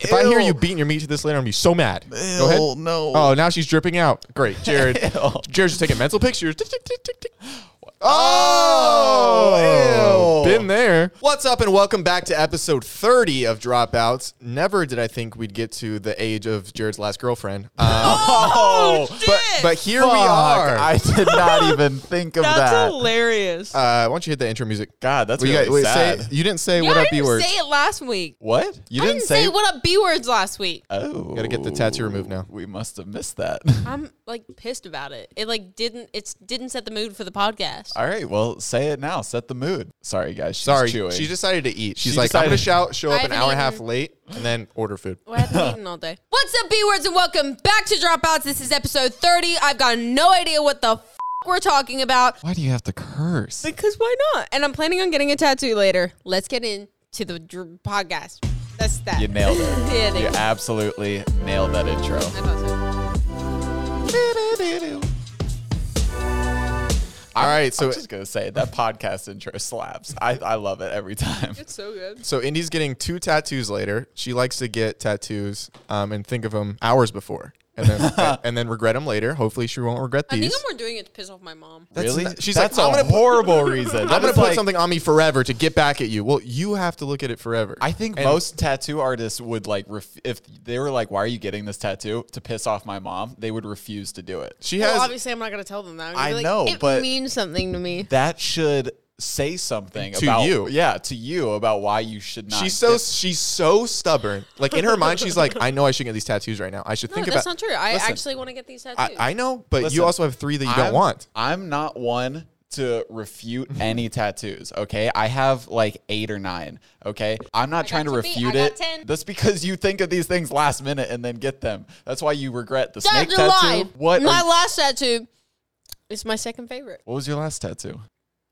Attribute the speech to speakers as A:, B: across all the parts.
A: If I hear
B: Ew.
A: you beating your meat to this later, I'm gonna be so mad. Go
B: Ew,
A: ahead.
B: no.
A: Oh, now she's dripping out. Great, Jared.
B: Ew.
A: Jared's just taking mental pictures. Tick, tick, tick, tick, tick. Oh,
B: ew.
A: been there. What's up, and welcome back to episode 30 of Dropouts. Never did I think we'd get to the age of Jared's last girlfriend. Um, but, but here we
B: Fuck,
A: are.
B: I did not even think of
C: That's
B: that.
C: hilarious.
A: uh, why don't you hit the intro music?
B: God, that's
A: Well, you
B: really
A: guys- wait, say-
B: sad.
A: you didn't say
C: yeah,
A: what
C: I
A: up B
C: didn't
A: words.
C: say it last week.
B: what?
A: you
C: I
A: didn't,
C: didn't say, what up B words last week.
B: Oh,
A: Gotta get the tattoo removed now.
B: We must have missed that.
C: I'm like pissed about it. It like didn't it's didn't set the mood for the podcast.
B: All right, well, say it now. Set the mood. Sorry, guys. She's
A: Sorry,
B: chewing.
A: she decided to eat. She's
B: She
A: like, I'm gonna
B: decided-
A: shout, show
C: I
A: up an
C: haven't
A: hour and a half
C: eaten.
A: late, and then order food.
C: Well, I haven't eaten all day. What's up, B words, and welcome back to Dropouts. This is episode 30. I've got no idea what the f- we're talking about
B: Why do you have to curse?
C: because why not? And I'm planning on getting a tattoo later. Let's get into the dr- podcast. That's that.
B: You nailed it.
C: Yeah,
B: You
C: thank you.
B: absolutely nailed that intro.
C: I thought so.
A: All right, so
B: I'm just gonna say it, that podcast intro slaps. I, I love it every time.
C: It's so good.
A: so Indy's getting two tattoos later. She likes to get tattoos um, and think of them hours before, and then and then regret them later. Hopefully, she won't regret
C: I
A: these.
C: think I'm more doing it to piss off my mom.
A: That's
B: really?
A: not- she's
B: That's
A: like, "I'm
B: a
A: gonna put-
B: horrible reason.
A: I'm
B: That
A: gonna
B: is
A: put
B: like-
A: something on me forever to get back at you. Well, you have to look at it forever.
B: I think
A: And-
B: most tattoo artists would like ref- if they were like, "Why are you getting this tattoo?" to piss off my mom, they would refuse to do it.
A: she
C: Well,
A: has.
C: obviously, I'm not going to tell them that. I'm
B: I
C: gonna be like,
B: know,
C: it
B: but-
C: means something to me.
B: That should say something
A: To
B: about
A: you.
B: Yeah, to you about why you should not.
A: She's so
B: get-
A: she's so stubborn. Like in her mind, she's like, I know I should get these tattoos right now. I should
C: No,
A: think
C: that's
A: about.
C: not true. I
B: Listen.
C: actually want to get these tattoos.
A: I, I know, but
B: Listen,
A: you also have three that you
B: I'm-
A: don't want. Mm-hmm.
B: I'm not one to refute any tattoos, okay? I have like eight or nine, okay? I'm not trying to
C: two feet,
B: refute
C: I got
B: it.
C: 10.
B: That's because you think of these things last minute and then get them. That's why you regret the snake
C: That's
B: tattoo.
C: a lie.
B: What?
C: My
B: are-
C: last tattoo is my second favorite.
B: what was your last tattoo?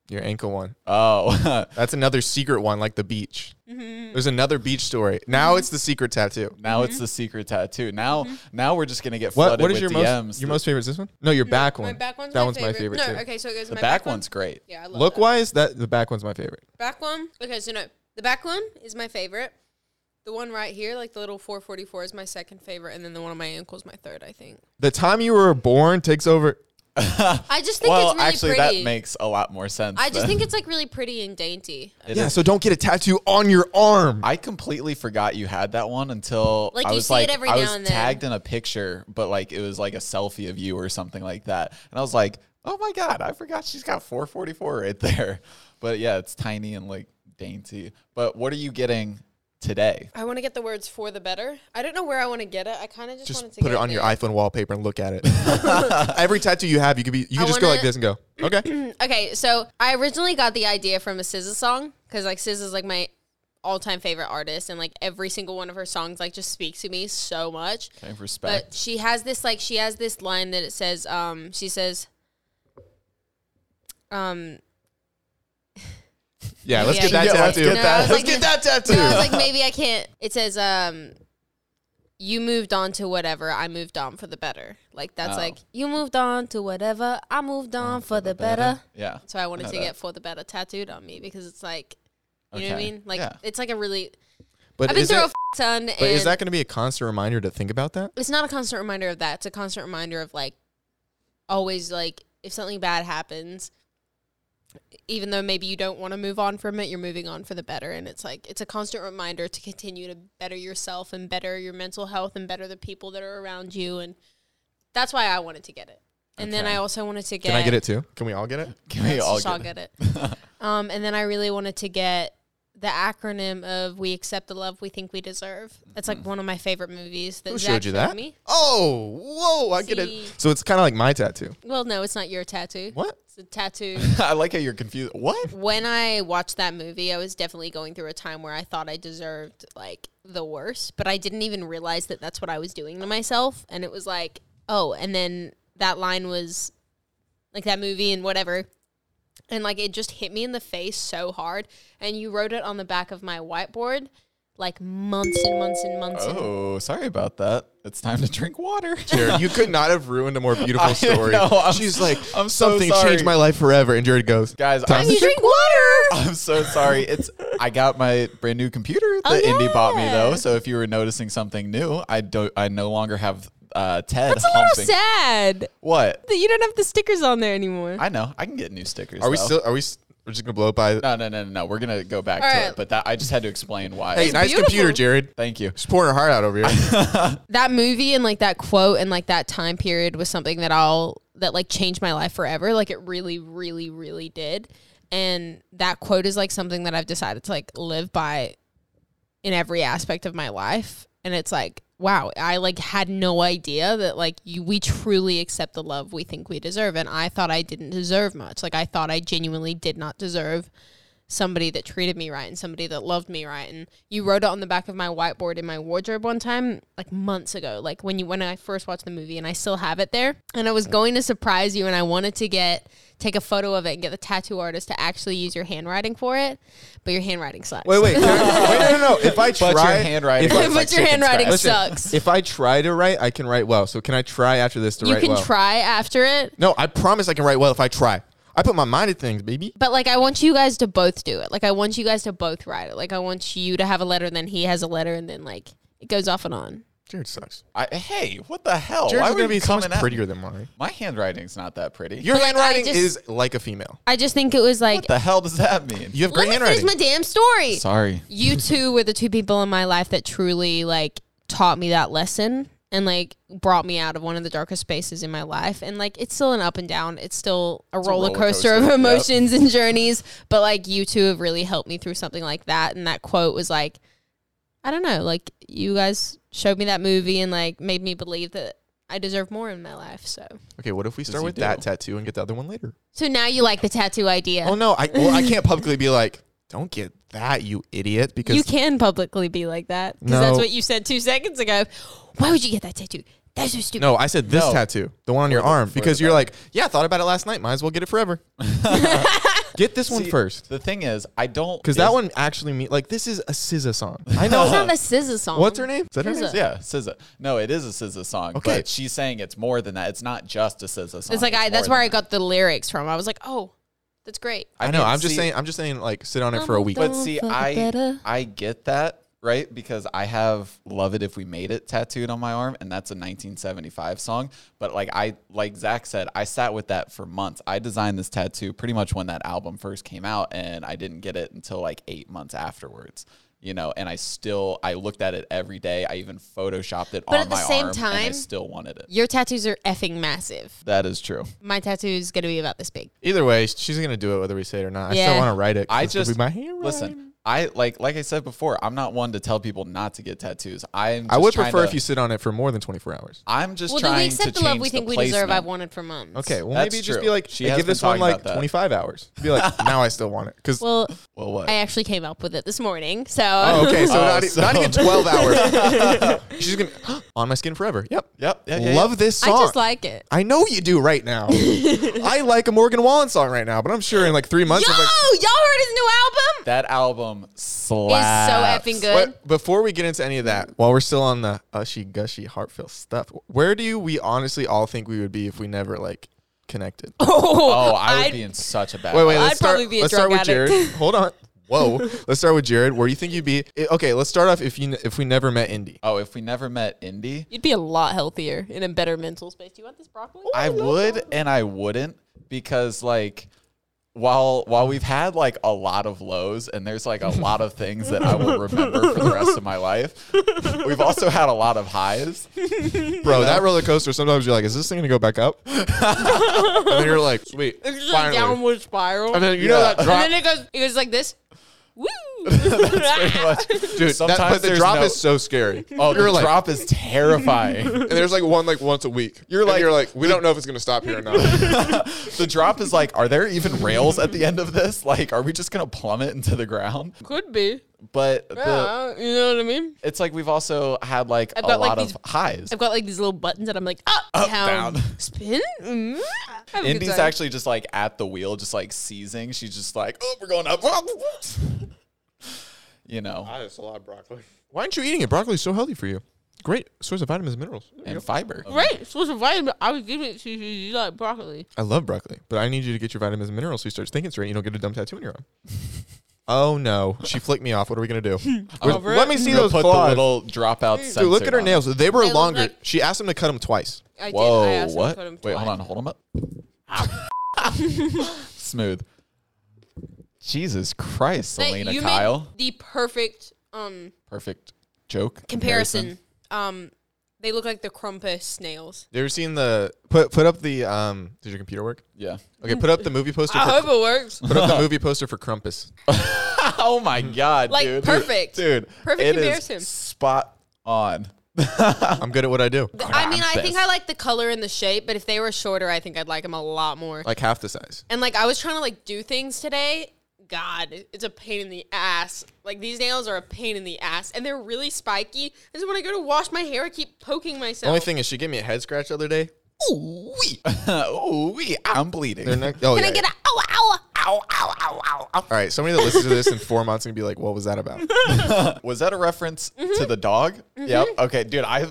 A: Your ankle one.
B: Oh,
A: That's another secret one, like the beach.
C: Mm-hmm.
A: There's another beach story. Now it's the secret tattoo.
B: now it's the secret tattoo. Now,
C: Mm-hmm.
B: now we're just gonna get
A: What
B: flooded
A: what is
B: with
A: your
B: DMs.
A: most your most favorite? Is this one? No, your back one.
C: My back one's
A: that
C: my
A: one's
C: favorite.
A: my favorite
C: no,
A: too.
C: okay, so it goes
B: the
C: my
B: back,
C: one.
B: one's great.
C: Yeah, I love
A: Look
C: that.
A: wise, that the back one's my favorite.
C: Back one. Okay, so no, the back one is my favorite. The one right here, like the little 444, is my second favorite, and then the one on my ankle is my third. I think.
A: The time you were born takes over.
C: I just think
B: Well,
C: it's really
B: actually,
C: pretty.
B: that makes a lot more sense.
C: I just
B: than-
C: think it's like really pretty and dainty.
B: It
A: yeah,
B: is-
A: so don't get a tattoo on your arm.
B: I completely forgot you had that one until
C: Like,
B: I
C: you
B: was
C: see it
B: like
C: every
B: I
C: now
B: was
C: and then.
B: tagged in a picture, but like it was like a selfie of you or something like that, and I was like, oh my god, I forgot she's got 444 right there. But yeah, it's tiny and like dainty. But what are you getting today?
C: I want to get the words for the better. I don't know where I want to get it. I kind of just, wanted
A: just
C: to
A: put
C: get
A: it on your
C: there.
A: iPhone wallpaper and look at it. Every tattoo you have, you could be you could
C: I
A: just go
C: wanna-
A: like this and go, okay.
C: Okay, so I originally got the idea from a SZA song because like SZA is like my all-time favorite artist, and like every single one of her songs like just speaks to me so much.
B: Okay,
C: But
B: respect.
C: she has this like she has this line that it says, um, she says, um,
A: Yeah, let's
C: Yeah,
A: get that
C: yeah,
A: tattoo.
C: let's get that. No, I was
A: Let's
C: like-
A: get that tattoo.
C: no, I was like maybe I can't. It says, um. You moved on to whatever, I moved on for the better. Like that's
B: Oh.
C: like you moved on to whatever, I moved on for the better.
B: yeah.
C: So I wanted
B: know
C: to
B: that.
C: get for the better tattooed on me because it's like, you know what I
B: Okay.
C: mean? Like
B: Yeah.
C: it's like a really.
A: but
C: I've been
A: is
C: through a
A: it-
C: f- ton,
A: but
C: and
A: is that going to be a constant reminder to think about that?
C: it's not a constant reminder of that. It's a constant reminder of like, always like if something bad happens, even though maybe you don't want to move on from it, you're moving on for the better, and it's like it's a constant reminder to continue to better yourself and better your mental health and better the people that are around you, and that's why I wanted to get it. And then
B: Okay.
C: I also wanted to get.
A: Can I get it too? Can we all get it?
B: Can we
C: Let's
B: all
C: just all
B: get,
C: get it. um, and then I really wanted to get the acronym of "We accept the love we think we deserve." That's like one of my favorite movies. That
A: Mm. Who
C: Zach
A: showed you that?
C: Me.
A: Oh, whoa! I get
C: See.
A: it. So it's kind of like my tattoo.
C: Well, no, it's not your tattoo.
A: What?
C: It's a tattoo.
B: I like how you're confused. What?
C: when I watched that movie, I was definitely going through a time where I thought I deserved like the worst, but I didn't even realize that that's what I was doing to myself. And it was like, oh, and then that line was like that movie and whatever. And like it just hit me in the face so hard. And you wrote it on the back of my whiteboard. like months and months and months. and-
B: Oh, sorry about that. It's time to drink water.
A: Jared, you could not have ruined a more beautiful
B: I
A: story.
B: know, I'm-
A: She's like,
B: I'm so
A: something
B: sorry."
A: changed my life forever. And Jared goes,
B: Guys,
A: "Time
B: I'm
A: to
C: You drink water.
B: I'm so sorry. It's I got my brand new computer that
C: Oh,
B: Indy bought me though.
C: yeah.
B: So if you were noticing something new, I don't. I no longer have uh, Ted.
C: That's a little
B: humping.
C: sad
B: What?
C: that you don't have the stickers on there anymore.
B: I know. I can get new stickers.
A: Are we
B: though.
A: still? Are we? s- We're just gonna blow it by.
B: No, no, no, no, no. We're gonna go back
C: All
B: to
C: right.
B: it. But that I just had to explain why.
A: hey,
C: It's
A: nice computer,
C: beautiful.
A: Jared.
B: Thank you.
A: She's pouring her heart out over here.
C: that movie and like that quote and like that time period was something that I'll that like changed my life forever. Like it really, really, really did. And that quote is like something that I've decided to like live by in every aspect of my life. And it's like, wow, I like had no idea that like you we truly accept the love we think we deserve. And I thought I didn't deserve much. Like I thought I genuinely did not deserve somebody that treated me right and somebody that loved me right and you wrote it on the back of my whiteboard in my wardrobe one time like months ago like when you when I first watched the movie and I still have it there and I was going to surprise you and I wanted to get take a photo of it and get the tattoo artist to actually use your handwriting for it but your handwriting sucks
A: wait, wait, can I- wait, no, no, no. If I try,
B: But your handwriting.
A: If I,
B: looks like
C: But your
B: chicken
C: handwriting
B: scratch.
A: listen,
C: sucks.
A: If I try to write, I can write well. So can I try after this to
C: you
A: write
C: can
A: well?
C: try after it
A: No, I promise I can write well if I try. I put my mind at things, baby.
C: But like, I want you guys to both do it. Like, I want you guys to both write it. Like, I want you to have a letter, then he has a letter, and then like it goes off and on.
A: Jared sucks.
B: I, hey, what the hell?
A: Jared's
B: why
A: gonna
B: would
A: be
B: you
A: so
B: coming
A: much
B: at-
A: prettier than mine.
B: My handwriting's not that pretty.
A: Your handwriting
C: just-
A: is like a female.
C: I just think it was like,
B: what the hell does that mean?
A: You have great
C: let me finish
A: handwriting.
C: my damn story.
B: Sorry.
C: You two were the two people in my life that truly like taught me that lesson and like brought me out of one of the darkest spaces in my life. And like, it's still an up and down. It's still a, roller,
B: roller
C: coaster,
B: coaster,
C: of
B: yep.
C: emotions and journeys. But like, you two have really helped me through something like that. And that quote was like. I don't know, like you guys showed me that movie and like made me believe that I deserve more in my life. So
A: okay, what if we start
B: he
A: with
B: do?
A: that tattoo and get the other one later?
C: So now you like the tattoo idea.
A: Oh no, I well, I can't publicly be like, don't get that, you idiot, because
C: you can publicly be like that because
A: No.
C: that's what you said 2 seconds ago. Why would you get that tattoo? That's so stupid.
A: No, I said this
B: No.
A: tattoo, the one on your arm,
B: for
A: because
B: the
A: you're like, yeah, I thought about it last night. Might as well get it forever. get this one
B: See,
A: first,
B: The thing is, I don't.
A: because that
B: is-
A: one actually means like this is a SZA song. I
C: That's
A: know.
C: not the scissor song.
A: What's her name? Is that her
C: SZA.
A: name?
B: Yeah, SZA. No, it is a SZA song.
A: Okay.
B: But she's saying it's more than that. It's not just a SZA song.
C: It's like I
B: more
C: that's where I
B: than
C: got the lyrics from. I was like, "Oh, that's great."
B: that.
A: I know.
B: mean,
A: I'm just
B: see-
A: saying. I'm just saying. Like, sit on it for a week.
C: But-
B: But
C: Don't
B: see,
C: fuck
B: I
C: better.
B: I get that right because I have "Love It If We Made It" tattooed on my arm, and that's a 1975 song. But like I like Zach said, I sat with that for months. I designed this tattoo pretty much when that album first came out, and I didn't get it until like eight months afterwards. You know, and I still I looked at it every day. I even photoshopped it
C: But
B: on
C: at the
B: my
C: same
B: arm, and I
C: time-
B: still wanted it.
C: Your tattoos are effing massive.
B: That is true.
C: My tattoo is going to be about this big.
A: Either way, she's gonna do it whether we say it or not. I still
C: Yeah.
A: want to write it. 'cause
B: I
A: it's gonna
B: just
A: be my handwriting.
B: listen. I like like I said before. I'm not one to tell people not to get tattoos. I'm.
A: I
B: just
A: would
B: trying
A: prefer
B: to-
A: if you sit on it for more than 24 hours.
B: I'm just
C: Well,
B: trying
C: do we accept
B: to
C: the love
B: change
C: we think we
B: placement.
C: deserve? I've wanted for months.
A: Okay, well
B: That's
A: maybe just
B: true.
A: be like,
B: She
A: hey,
B: has
A: give
B: been
A: this one
B: talking
A: like
B: about that.
A: 25 hours. Be like, now I still want it because.
C: Well,
B: Well, what?
C: I actually came up with it this morning, so
A: Oh, okay, so,
B: Oh,
A: not, e-
B: so-
A: not even 12 hours. She's gonna on my skin forever. Yep,
B: Yep, yeah, yeah,
A: Love this
C: I
A: song.
C: just like it.
A: I know you do right now. I like a Morgan Wallen song right now, but I'm sure in like three months.
C: Yo,
A: I'm like,
C: y'all heard his new album?
B: that album slaps.
C: It's so effing good.
A: But before we get into any of that, while we're still on the ushy gushy heartfelt stuff, where do you- we honestly all think we would be if we never like connected?
B: Oh, I would
C: I'd-
B: be in such a bad.
A: Wait, wait.
B: place.
A: Let's
C: I'd
A: start,
C: probably be a
A: let's start
C: drug
A: with
C: addict.
A: Jared. Hold on. Whoa. let's start with Jared. Where you think you'd be? eh, Okay. Let's start off if you n- if we never met Indy.
B: Oh, if we never met Indy,
C: You'd be a lot healthier in a better mental space. Do you want this broccoli?
B: I would and I wouldn't because like. While while we've had like a lot of lows and there's like a lot of things that I will remember for the rest of my life, we've also had a lot of highs.
A: Bro, that roller coaster. Sometimes you're like, is this thing gonna go back up? and then you're like, sweet.
C: It's just
A: finally.
C: a downward spiral.
A: And
C: And
A: then you know
B: Yeah.
A: that drop.
C: then it goes. It goes like this. Woo!
B: Pretty much.
A: Dude,
B: sometimes
A: that, but the
B: there's
A: drop
B: no-
A: is so scary.
B: Oh, the
A: You're like-
B: drop is terrifying.
A: and there's like one like once a week. You're like,
B: like-
A: you're like, we don't know if it's gonna stop here or not.
B: The drop is like, are there even rails at the end of this? Like, are we just gonna plummet into the ground?
C: Could be.
B: But the,
C: Yeah, you know what I mean.
B: it's like we've also had like
C: I've
B: a
C: got, like,
B: lot
C: these-
B: of highs.
C: I've got like these little buttons that I'm like up, down,
B: down.
C: spin. Mm. Have a good
B: Indy's
C: time.
B: actually just like at the wheel, just like seizing. She's just like, oh, we're going up. you know,
D: I just a lot of broccoli.
A: Why aren't you eating it? Broccoli is so healthy for you. Great source of vitamins and minerals. There you go.
B: and fiber.
E: Great source of vitamin. I would give it to you. You like broccoli.
A: I love broccoli, but I need you to get your vitamins and minerals so you start thinking straight and you don't get a dumb tattoo on your arm. oh no. She flicked me off. What are we going to do? Where's-
E: over
A: let
E: it.
A: me see
B: We'll
A: those
B: put
A: claws.
B: the little dropout sensor.
A: Dude, look at her
B: on.
A: nails. They were
C: They look
A: longer.
C: like-
A: she asked him to cut them twice.
C: I
B: Whoa,
C: did. I asked
B: what?
C: Him to put him
B: Wait, hold
C: twice.
B: on, hold them up.
A: Ah.
B: Smooth. Jesus Christ,
C: Like,
B: Selena
C: you made
B: Kyle.
C: the perfect um
B: Perfect joke
C: comparison. Um, they look like the Krampus snails.
A: You ever seen the put put up the um? Did your computer work?
B: Yeah.
A: Okay, put up the movie poster.
C: I
A: For,
C: hope it works.
A: put up the movie poster for Crumpus.
B: oh my god,
C: Like
B: dude.
C: perfect.
B: Dude,
C: Perfect
B: it is
C: comparison.
B: spot on.
A: I'm good at what I do.
C: Th- I mean, I think
B: Krampus.
C: I like the color and the shape, but if they were shorter, I think I'd like them a lot more.
A: Like half the size.
C: and like I was trying to like do things today. God, it's a pain in the ass. Like these nails are a pain in the ass, and they're really spiky. And so when I go to wash my hair, I keep poking myself.
A: Only thing is, she gave me a head scratch the other day.
B: Ooh wee, ooh wee, I'm bleeding.
A: Her neck- oh,
C: Can
A: yeah,
C: I get
A: yeah.
C: a ow ow?
B: ow, ow, ow, ow, ow.
A: All right, somebody that listens to this in four months is gonna be like, "What was that about?"
B: Was that a reference
C: Mm-hmm.
B: to the dog? Yep. Okay, dude, I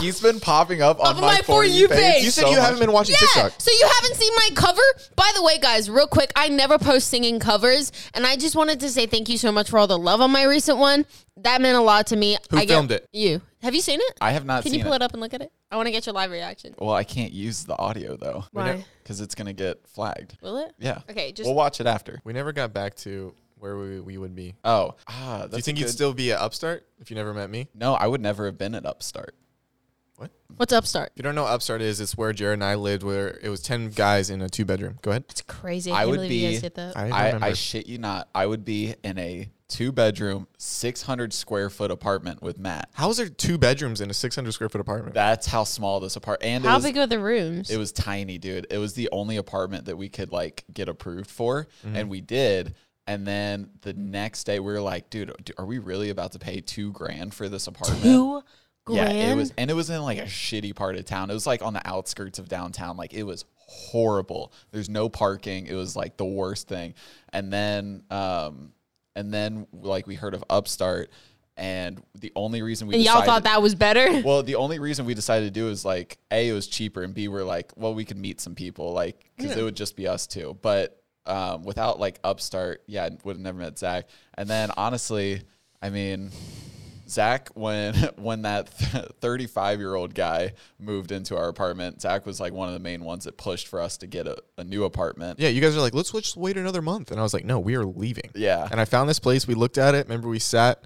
B: he's been popping up on
C: Up on
B: my, for you page.
A: You said
B: so
A: you
B: much.
A: haven't been watching TikTok.
C: So you haven't seen my cover? By the way, guys, real quick, I never post singing covers, and I just wanted to say thank you so much for all the love on my recent one. That meant a lot to me.
A: Who
C: I get-
A: filmed it?
C: You. Have you seen it?
B: I have not
C: Can
B: seen
C: you pull
B: it. Oh.
C: it. up and look at it? I want to get your live reaction.
B: Well, I can't use the audio though.
C: Why?
B: Because it's gonna get flagged.
C: Will it?
B: Yeah.
C: Okay, just
B: we'll watch it after.
A: We never got back to where we, we would be.
B: Oh, ah, that's
A: Do you think
B: a
A: you'd
B: good-
A: still be an upstart if you never met me? If
B: No, I would never have been at Upstart.
C: what's Upstart?
A: you don't know what upstart is, it's where Jared and I lived, where it was ten guys in a two bedroom. Go ahead.
C: That's crazy. I,
B: I
C: can't
B: would
C: believe you guys
B: be-
C: did that.
A: I,
B: I,
A: remember.
B: I shit you not. I would be in a two bedroom, 600 square foot apartment with Matt.
A: How is there two bedrooms in a 600 square foot apartment?
B: That's how small this apartment. And it
C: How
B: was,
C: big are the rooms?
B: it was tiny, dude. It was the only apartment that we could like get approved for, and we did. And then the next day, we were like, dude, d- are we really about to pay two grand for this apartment?
C: Two grand.
B: Yeah, it was, and it was in like a shitty part of town. It was like on the outskirts of downtown. Like it was horrible. There's no parking. It was like the worst thing. And then, um, and then like we heard of Upstart, and the only reason we
C: and y'all
B: decided,
C: thought that was better.
B: Well, the only reason we decided to do is like a it was cheaper, and b we're like, well, we could meet some people, like because it would just be us two. But um, without like Upstart, yeah, I would have never met Zach. And then honestly, I mean. Zach, when when that thirty five year old guy moved into our apartment, Zach was like one of the main ones that pushed for us to get a, a new apartment.
A: Yeah, you guys are like, let's just wait another month. And I was like, no, we are leaving.
B: Yeah.
A: And I found this place. We looked at it. Remember, we sat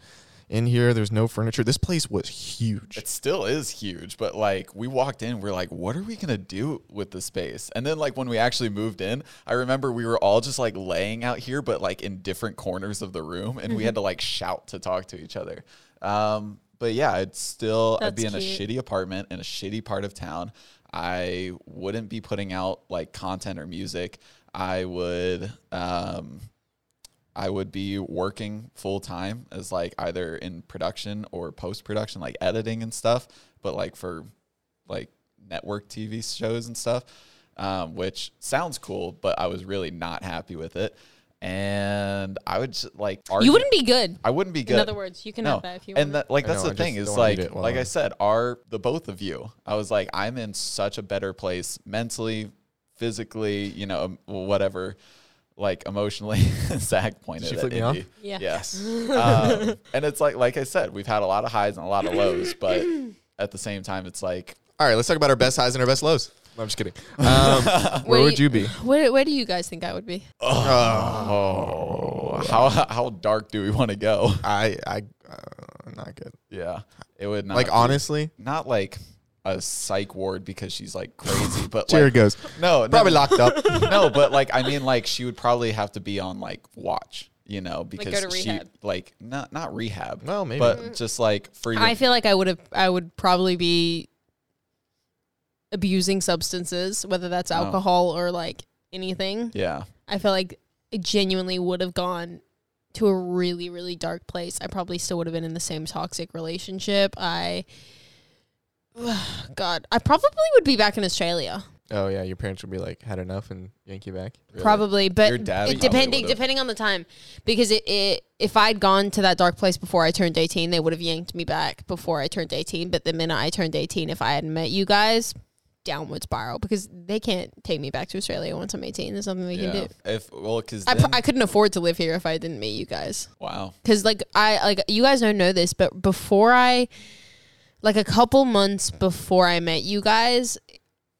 A: in here. There's no furniture. This place was huge.
B: It still is huge, but like we walked in, we're like, what are we gonna do with the space? And then like when we actually moved in, I remember we were all just like laying out here, but like in different corners of the room, and we had to like shout to talk to each other. Um, but yeah, I'd still I'd
C: That's
B: be in
C: cute.
B: a shitty apartment in a shitty part of town. I wouldn't be putting out like content or music. I would um I would be working full time as like either in production or post production, like editing and stuff, but like for like network TV shows and stuff, um, which sounds cool, but I was really not happy with it. And I would just like argue.
C: you wouldn't be good.
B: I wouldn't be good.
C: In other words, you can have that if you want.
B: And that, like
A: I
B: that's
A: know, I
B: the thing
A: just
B: is
A: don't wanna
B: like
A: eat it while
B: like I
A: I'm-
B: said, are the both of you? I was like, I'm in such a better place mentally, physically, you know, um, whatever, like emotionally. Zach pointed
A: she
B: at
A: flip me
B: Indy.
A: off?
C: Yeah.
B: Yes. um, and it's like like I said, we've had a lot of highs and a lot of lows, but at the same time, it's like
A: All right, let's talk about our best highs and our best lows. No, I'm just kidding. Um, where
C: Wait.
A: would you be?
C: Where, where do you guys think I would be?
B: oh, how how dark do we want to go?
A: I, I, uh, not good.
B: Yeah, it would not
A: Like,
B: be-
A: honestly,
B: not like a psych ward because she's like crazy, but
A: Jared
B: like,
A: goes,
B: No, no,
A: probably locked up.
B: no, but like I mean, like she would probably have to be on like watch, you know,
C: go
B: because
C: to
B: she
C: rehab.
B: like not not rehab,
A: Well, maybe.
B: but just like for your
C: I feel like I would have. I would probably be abusing substances, whether that's alcohol or like anything.
B: Oh. yeah,
C: I feel like I genuinely would have gone to a really, really dark place. I probably still would have been in the same toxic relationship. I, God, I probably would be back in Australia.
A: Oh yeah, your parents would be like, had enough and yank you back.
B: Really?
C: Probably, but
B: Your dad probably
C: it- depending
B: would've.
C: depending on the time, because it, it if I'd gone to that dark place before I turned eighteen, they would have yanked me back before I turned eighteen. But the minute I turned eighteen, if I hadn't met you guys, downward spiral because they can't take me back to Australia once I'm eighteen. There's nothing they can do.
B: If well, because
C: I, pr- I couldn't afford to live here if I didn't meet you guys.
B: wow,
C: Cause like I like you guys don't know this, but before I, like a couple months before I met you guys,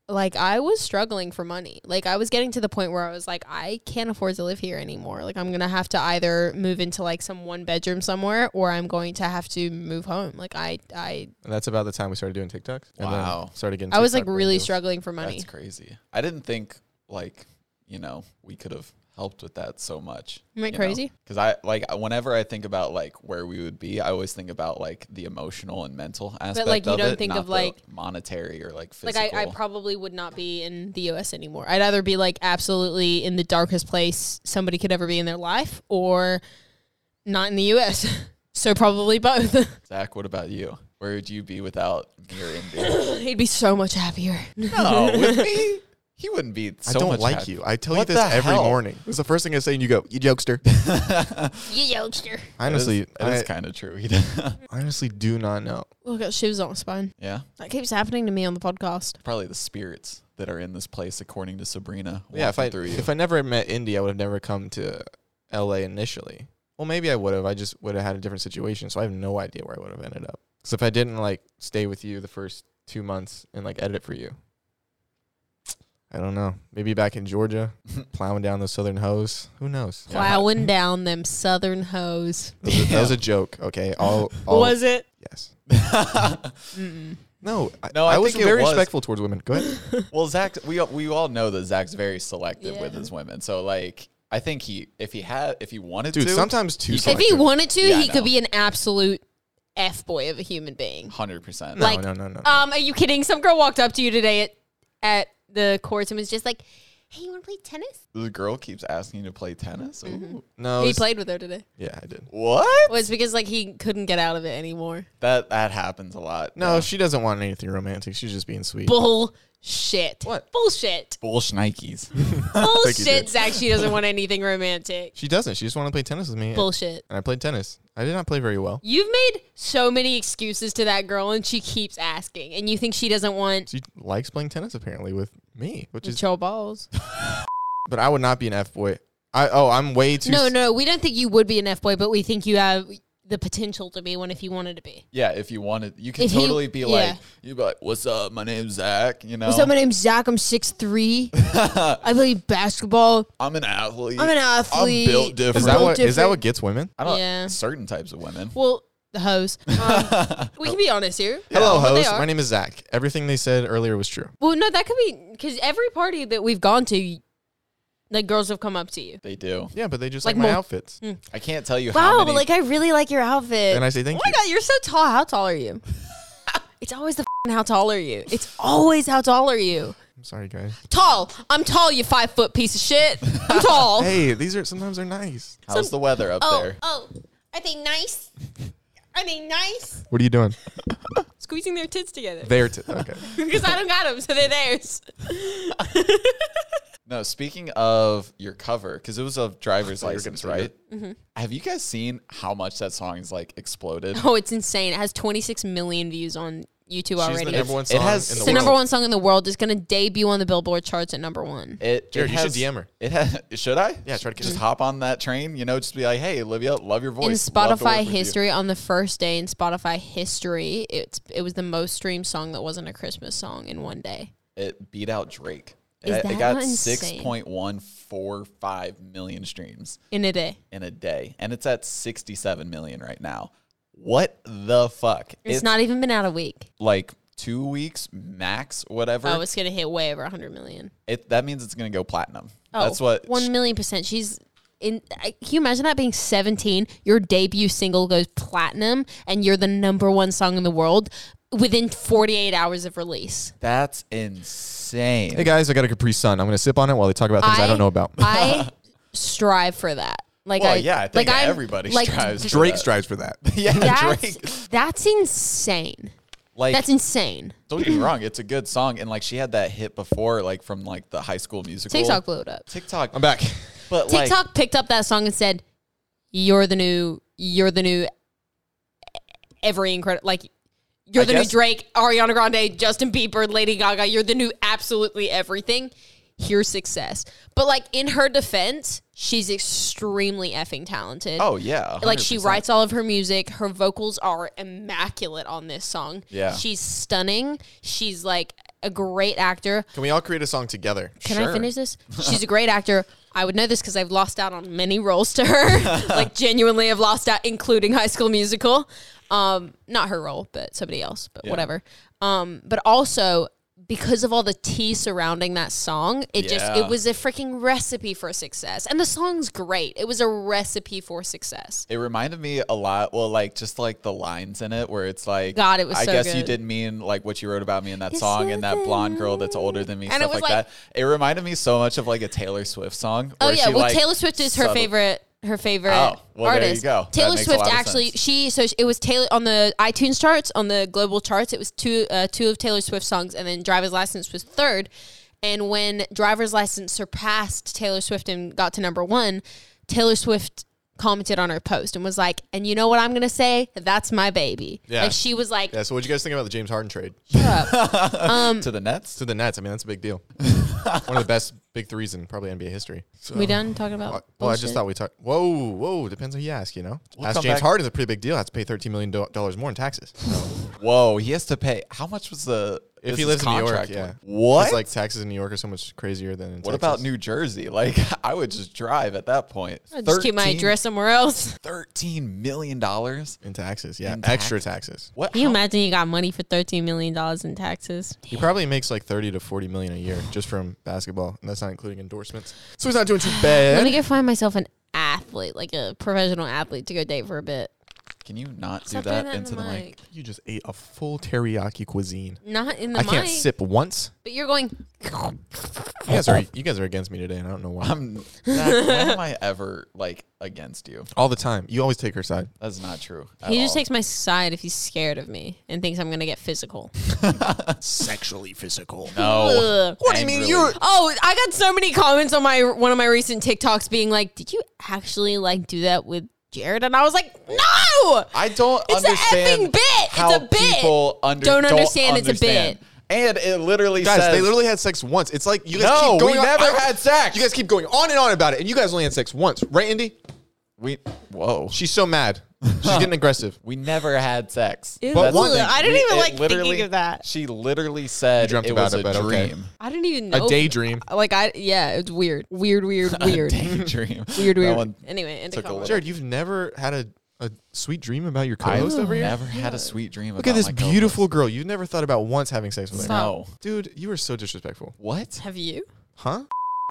C: like I was struggling for money. Like I was getting to the point where I was like, I can't afford to live here anymore. Like I'm gonna have to either move into like some one bedroom somewhere, or I'm going to have to move home. Like I I
A: And that's about the time we started doing TikToks. And then
B: Wow.
A: started getting.
C: I was like
A: TikTok
C: really
A: videos.
C: struggling for money.
B: that's crazy. I didn't think like you know we could have helped with that so much.
C: Am I crazy?
B: Because I like whenever I think about like where we would be, I always think about like the emotional and mental aspect.
C: like, you
B: of
C: don't
B: it,
C: think
B: not
C: of,
B: the
C: like-
B: monetary or like physical.
C: Like I, I probably would not be in the US anymore. I'd either be like absolutely in the darkest place somebody could ever be in their life or not in the US. so probably both.
B: Zach, what about you? Where would you be without me or Indy?
C: He'd be so much happier.
B: no, with me, he wouldn't be.
A: I
B: So
A: don't
B: much
A: like
B: happier.
A: you. I tell
B: What
A: you this
B: the
A: every
B: hell?
A: morning. It's the first thing I say, and you go, "You jokester."
C: you youngster.
A: honestly,
B: that is,
A: I
B: kind of true. He did-
A: honestly do not know.
C: Look at shivers on my spine.
B: yeah,
C: That keeps happening to me on the podcast.
B: probably the spirits that are in this place, according to Sabrina.
A: Yeah, if
B: walking
A: I
B: through you.
A: if I never met Indy, I would have never come to L.A. initially. Well, maybe I would have. I just would have had a different situation, so I have no idea where I would have ended up. Because if I didn't like stay with you the first two months and like edit for you, I don't know. Maybe back in Georgia, plowing down those southern hoes. Who knows?
B: Yeah.
C: Plowing down them southern hoes.
A: That was a- That was a joke. Okay. All,
B: Oh,
A: all
C: Was it?
A: yes.
C: Mm-mm.
A: No, I,
B: No,
A: I,
B: I
A: was
B: think it
A: very
B: was.
A: respectful towards women. Go ahead.
B: well, Zach, we we all know that Zach's very selective with
C: Yeah.
B: his women. So like, I think he if he had if he wanted
A: Dude,
B: to,
A: sometimes too
B: If
C: If he
A: selective.
C: wanted to,
B: Yeah, I
C: he could
B: know.
C: be an absolute F boy of a human being.
B: hundred percent.
A: No,
C: like,
A: no, no, no. no.
C: Um, are you kidding? Some girl walked up to you today at, at the courts and was just like, "Hey, you want to play tennis?"
B: The girl keeps asking you to play tennis. Ooh.
A: no.
C: he
A: it's-
C: played with her today.
A: Yeah, I did.
B: What?
C: Well, it's because like he couldn't get out of it anymore.
B: That that happens a lot.
A: No,
B: yeah.
A: she doesn't want anything romantic. She's just being sweet.
C: Bullshit.
A: What?
C: Bullshit.
B: bullshnikes.
A: dude.
C: Bullshit. Zach, she doesn't want anything romantic.
A: She doesn't. She just wanted to play tennis with me. and-
C: Bullshit.
A: And I played tennis. I did not play very well.
C: You've made so many excuses to that girl, and she keeps asking, and you think she doesn't want
A: She likes playing tennis apparently with me, which is.
C: control balls.
A: But I would not be an f boy. I oh, I'm way too.
C: No,
A: s-
C: no, we don't think you would be an f boy, but we think you have the potential to be one if you wanted to be.
B: yeah, if you wanted, you can
C: If he-
B: totally be
C: yeah.
B: like, you'd be like, "What's up? My name's Zach. You know,
C: What's up? My name's Zach. I'm 6'3. I play basketball.
B: I'm an athlete.
C: I'm an athlete.
B: I'm built different.
A: Is that
C: Built
A: what is that
C: different.
A: what gets women?
B: I don't
C: Yeah.
B: certain types of women.
C: Well, the hoes. Um, we can be honest here.
A: Hello,
C: But they
A: host.
C: are.
A: My name is Zach. Everything they said earlier was true.
C: Well, no, that could be because every party that we've gone to, like girls have come up to you.
B: They do.
A: Yeah, but they just like,
C: Like Hmm.
A: my
C: more-
A: outfits.
B: I can't tell you how
C: Wow,
B: many.
C: but like I really like your outfit.
A: And I say thank
C: oh my
A: you.
C: god, you're so tall. How tall are you? it's always the f***ing how tall are you? It's always how tall are you?
A: I'm sorry, guys.
C: Tall. I'm tall. You five foot piece of shit. I'm tall.
A: Hey, these are sometimes they're nice.
B: how's the weather up
C: oh,
B: there?
C: oh, are they nice? Are they nice?
A: What are you doing?
C: Squeezing their tits together
A: There to okay.
C: because I don't got them, so they're theirs.
B: No, speaking of your cover, because it was of driver's
A: I thought you were
B: license,
A: gonna say
B: right?
C: Mm-hmm.
B: Have you guys seen how much that song's like exploded?
C: Oh, it's insane. It has 26 million views on YouTube
A: She's
C: already.
A: the number one
B: It
A: song
B: has-
A: in
C: It's
A: the
C: the
A: world.
C: number one song in the world. It's gonna debut on the Billboard charts at number one.
B: It,
A: Jared,
B: it
A: you should
B: has-
A: DM her.
B: It has, should I?
A: Yeah, try to catch
B: just
A: her.
B: hop on that train. You know, just be like, "Hey, Olivia, love your voice."
C: Mm. In
B: Love to work
C: Spotify
B: with you."
C: history, on the first day in Spotify history, it's it was the most streamed song that wasn't a Christmas song in one day.
B: it beat out Drake.
C: Is
B: it,
C: that
B: it got
C: not insane?
B: six point one four five million streams
C: In a day.
B: in a day, and it's at sixty seven million right now. What the fuck?
C: It's, not even been out a week.
B: like two weeks max, whatever.
C: Oh, it's gonna hit way over hundred million.
B: it that means it's gonna go platinum.
C: Oh,
B: That's what
C: one million percent. She's in. I, can you imagine that being seventeen? Your debut single goes platinum, and you're the number one song in the world within forty eight hours of release.
B: That's insane.
A: Hey guys, I got a Capri Sun. I'm gonna sip on it while they talk about things I, don't know about.
C: I strive for that. Like
B: Well,
C: I,
B: yeah, I think
C: like I'm-
B: everybody
C: like,
B: strives. for
A: Drake
B: that.
A: strives for that.
B: yeah,
C: That's
B: Drake.
C: that's insane.
B: Like
C: That's insane.
B: don't get me wrong, it's a good song, and like she had that hit before, like from like the High School Musical.
C: TikTok blew it up.
B: TikTok.
A: I'm back.
B: But like,
C: TikTok picked up that song and said, "You're the new, you're the new, every incredible like." You're
B: I
C: the
B: guess-
C: new Drake, Ariana Grande, Justin Bieber, Lady Gaga. You're the new absolutely everything. Here's success. But like in her defense, she's extremely effing talented.
B: oh yeah,
C: like she
B: 100%.
C: writes all of her music. Her vocals are immaculate on this song.
B: Yeah.
C: She's stunning. She's like a great actor.
A: Can we all create a song together?
C: Can
B: Sure.
C: I finish this? She's a great actor. I would know this because I've lost out on many roles to her. like genuinely, have lost out, including High School Musical. Um, not her role, but somebody else. But
B: Yeah.
C: whatever. Um, but also because of all the tea surrounding that song, it just
B: Yeah.
C: it was a freaking recipe for success. And the song's great. It was a recipe for success.
B: It reminded me a lot. Well, like just like the lines in it, where it's like,
C: God, it was
B: I
C: so
B: guess you
C: good.
B: didn't mean like what you wrote about me in that song and that blonde girl that's older than me,
C: And it
B: stuff
C: was
B: like,
C: like-
B: that. It reminded me so much of like a Taylor Swift song.
C: Oh
B: where
C: yeah,
B: she,
C: well
B: like,
C: Taylor Swift is her
B: subtle-
C: favorite. Her favorite
B: Oh, well, there you
C: artist.
B: go. That
C: Taylor
B: makes a
C: Swift
B: lot of
C: actually
B: sense.
C: she so it was Taylor on the iTunes charts on the global charts. It was two uh, two of Taylor Swift's songs, and then Driver's License was third. And when Driver's License surpassed Taylor Swift and got to number one, Taylor Swift commented on her post and was like, "And you know what I'm gonna say? That's my baby."
A: Yeah.
C: Like she was like,
A: Yeah. So, what'd you guys think about the James Harden trade
C: "Shut up." um,
B: to the Nets.
A: to the Nets? I mean, that's a big deal. One of the best big threes in probably NBA history. So,
C: "We done talking about?"
A: Well, well, I just
C: bullshit?
A: thought we talked. Whoa, whoa. Depends who you ask, you know. ask
B: come
A: James
B: back-
A: Harden's a pretty big deal. Has to pay thirteen million dollars more in taxes.
B: Whoa, he has to pay. How much was the
A: If
B: this
A: he
B: is
A: lives in New York,
B: contract
A: yeah.
B: one. What?
A: It's like taxes in New York are so much crazier than in
B: what
A: Texas.
B: about New Jersey? Like I would just drive at that point.
C: I'll just keep my
B: 13
C: address somewhere else.
B: Thirteen million dollars.
A: in taxes? Yeah,
B: In
A: extra taxes.
B: What?
C: Can you
B: how-
C: imagine you got money for thirteen million dollars in taxes?
A: He probably makes like thirty to forty million a year just from basketball, and that's not including endorsements. So he's not doing too bad.
C: Let me go find myself an athlete, like a professional athlete, to go date for a bit.
B: Can you not do
C: Stop
B: that,
C: doing that in
B: into
C: the
B: the mic?
C: mic.
A: you just ate a full teriyaki cuisine.
C: Not in the
A: I
C: mic,
A: can't sip once.
C: but you're going.
A: You guys are you guys are against me today, and I don't know why.
B: I'm. Zach, when am I ever like against you?
A: All the time, you always take her side.
B: That's not true. at
C: He just
B: all.
C: takes my side if he's scared of me and thinks I'm gonna get physical.
A: Sexually physical.
B: no.
C: Ugh.
A: What do you mean
B: Angrily.
A: you're?
C: Oh, I got so many comments on my one of my recent TikToks being like, "Did you actually like do that with Jared?" And I was like, "No."
B: I don't
C: It's a
B: understand
C: effing bit. It's
B: how
C: a bit.
B: people under-
C: Don't understand it's a
B: understand.
C: bit.
B: And it literally
A: Guys,
B: says
A: they literally had sex once. It's like you guys
B: No,
A: keep going.
B: we
A: on-
B: never
A: I-
B: had sex.
A: You guys keep going on and on about it, and you guys only had sex once, right, Andy?
B: we whoa.
A: She's so mad. She's getting aggressive.
B: We never had sex.
C: Ew.
A: But one thing-
C: I didn't
B: We-
C: even
B: it
C: like
B: literally-
C: thinking of that.
B: She literally said
A: You dreamt
B: it
A: about
B: was
A: it,
B: a
A: but okay.
B: dream.
C: I didn't even know
A: A daydream.
C: Like I, yeah, it's weird, weird, weird, weird,
B: Dream.
C: weird,
B: That
C: weird.
B: one-
C: Anyway, end
B: took
C: of
B: a
C: comment.
B: little-
A: Jared, you've never had a, a sweet dream about your
B: I've
A: co-host over here.
B: never had a sweet dream.
A: Look
B: about
A: at this
B: my co-host.
A: beautiful girl. You've never thought about once having sex with her.
B: No.
A: Dude, you are so disrespectful.
B: What?
C: Have you?
A: Huh?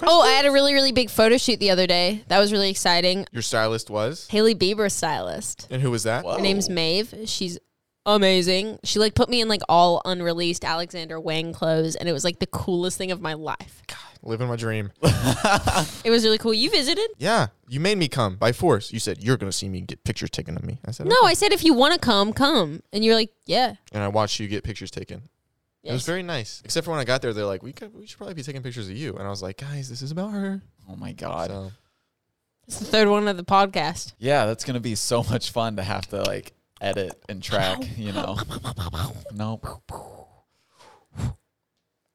C: Oh, I had a really, really big photo shoot the other day. That was really exciting.
A: Your stylist was?
C: Haley Bieber stylist.
A: And who was that?
B: Whoa.
C: Her name's Maeve. She's amazing. She like put me in like all unreleased Alexander Wang clothes, and it was like the coolest thing of my life.
A: Living my dream.
C: It was really cool. You visited?
A: yeah. You made me come by force. You said, You're gonna see me get pictures taken of me. I said,
C: No,
A: "Okay."
C: I said if you want to come, come, and you're like, yeah.
A: and I watched you get pictures taken. It was
C: Yes.
A: very nice. Except for when I got there, they're like, we, could, we should probably be taking pictures of you. And I was like, guys, this is about her.
B: Oh my god.
A: So,
C: It's the third one of the podcast.
B: Yeah, that's gonna be so much fun to have to like edit and track. You know.
C: Uh,
B: nope. Why?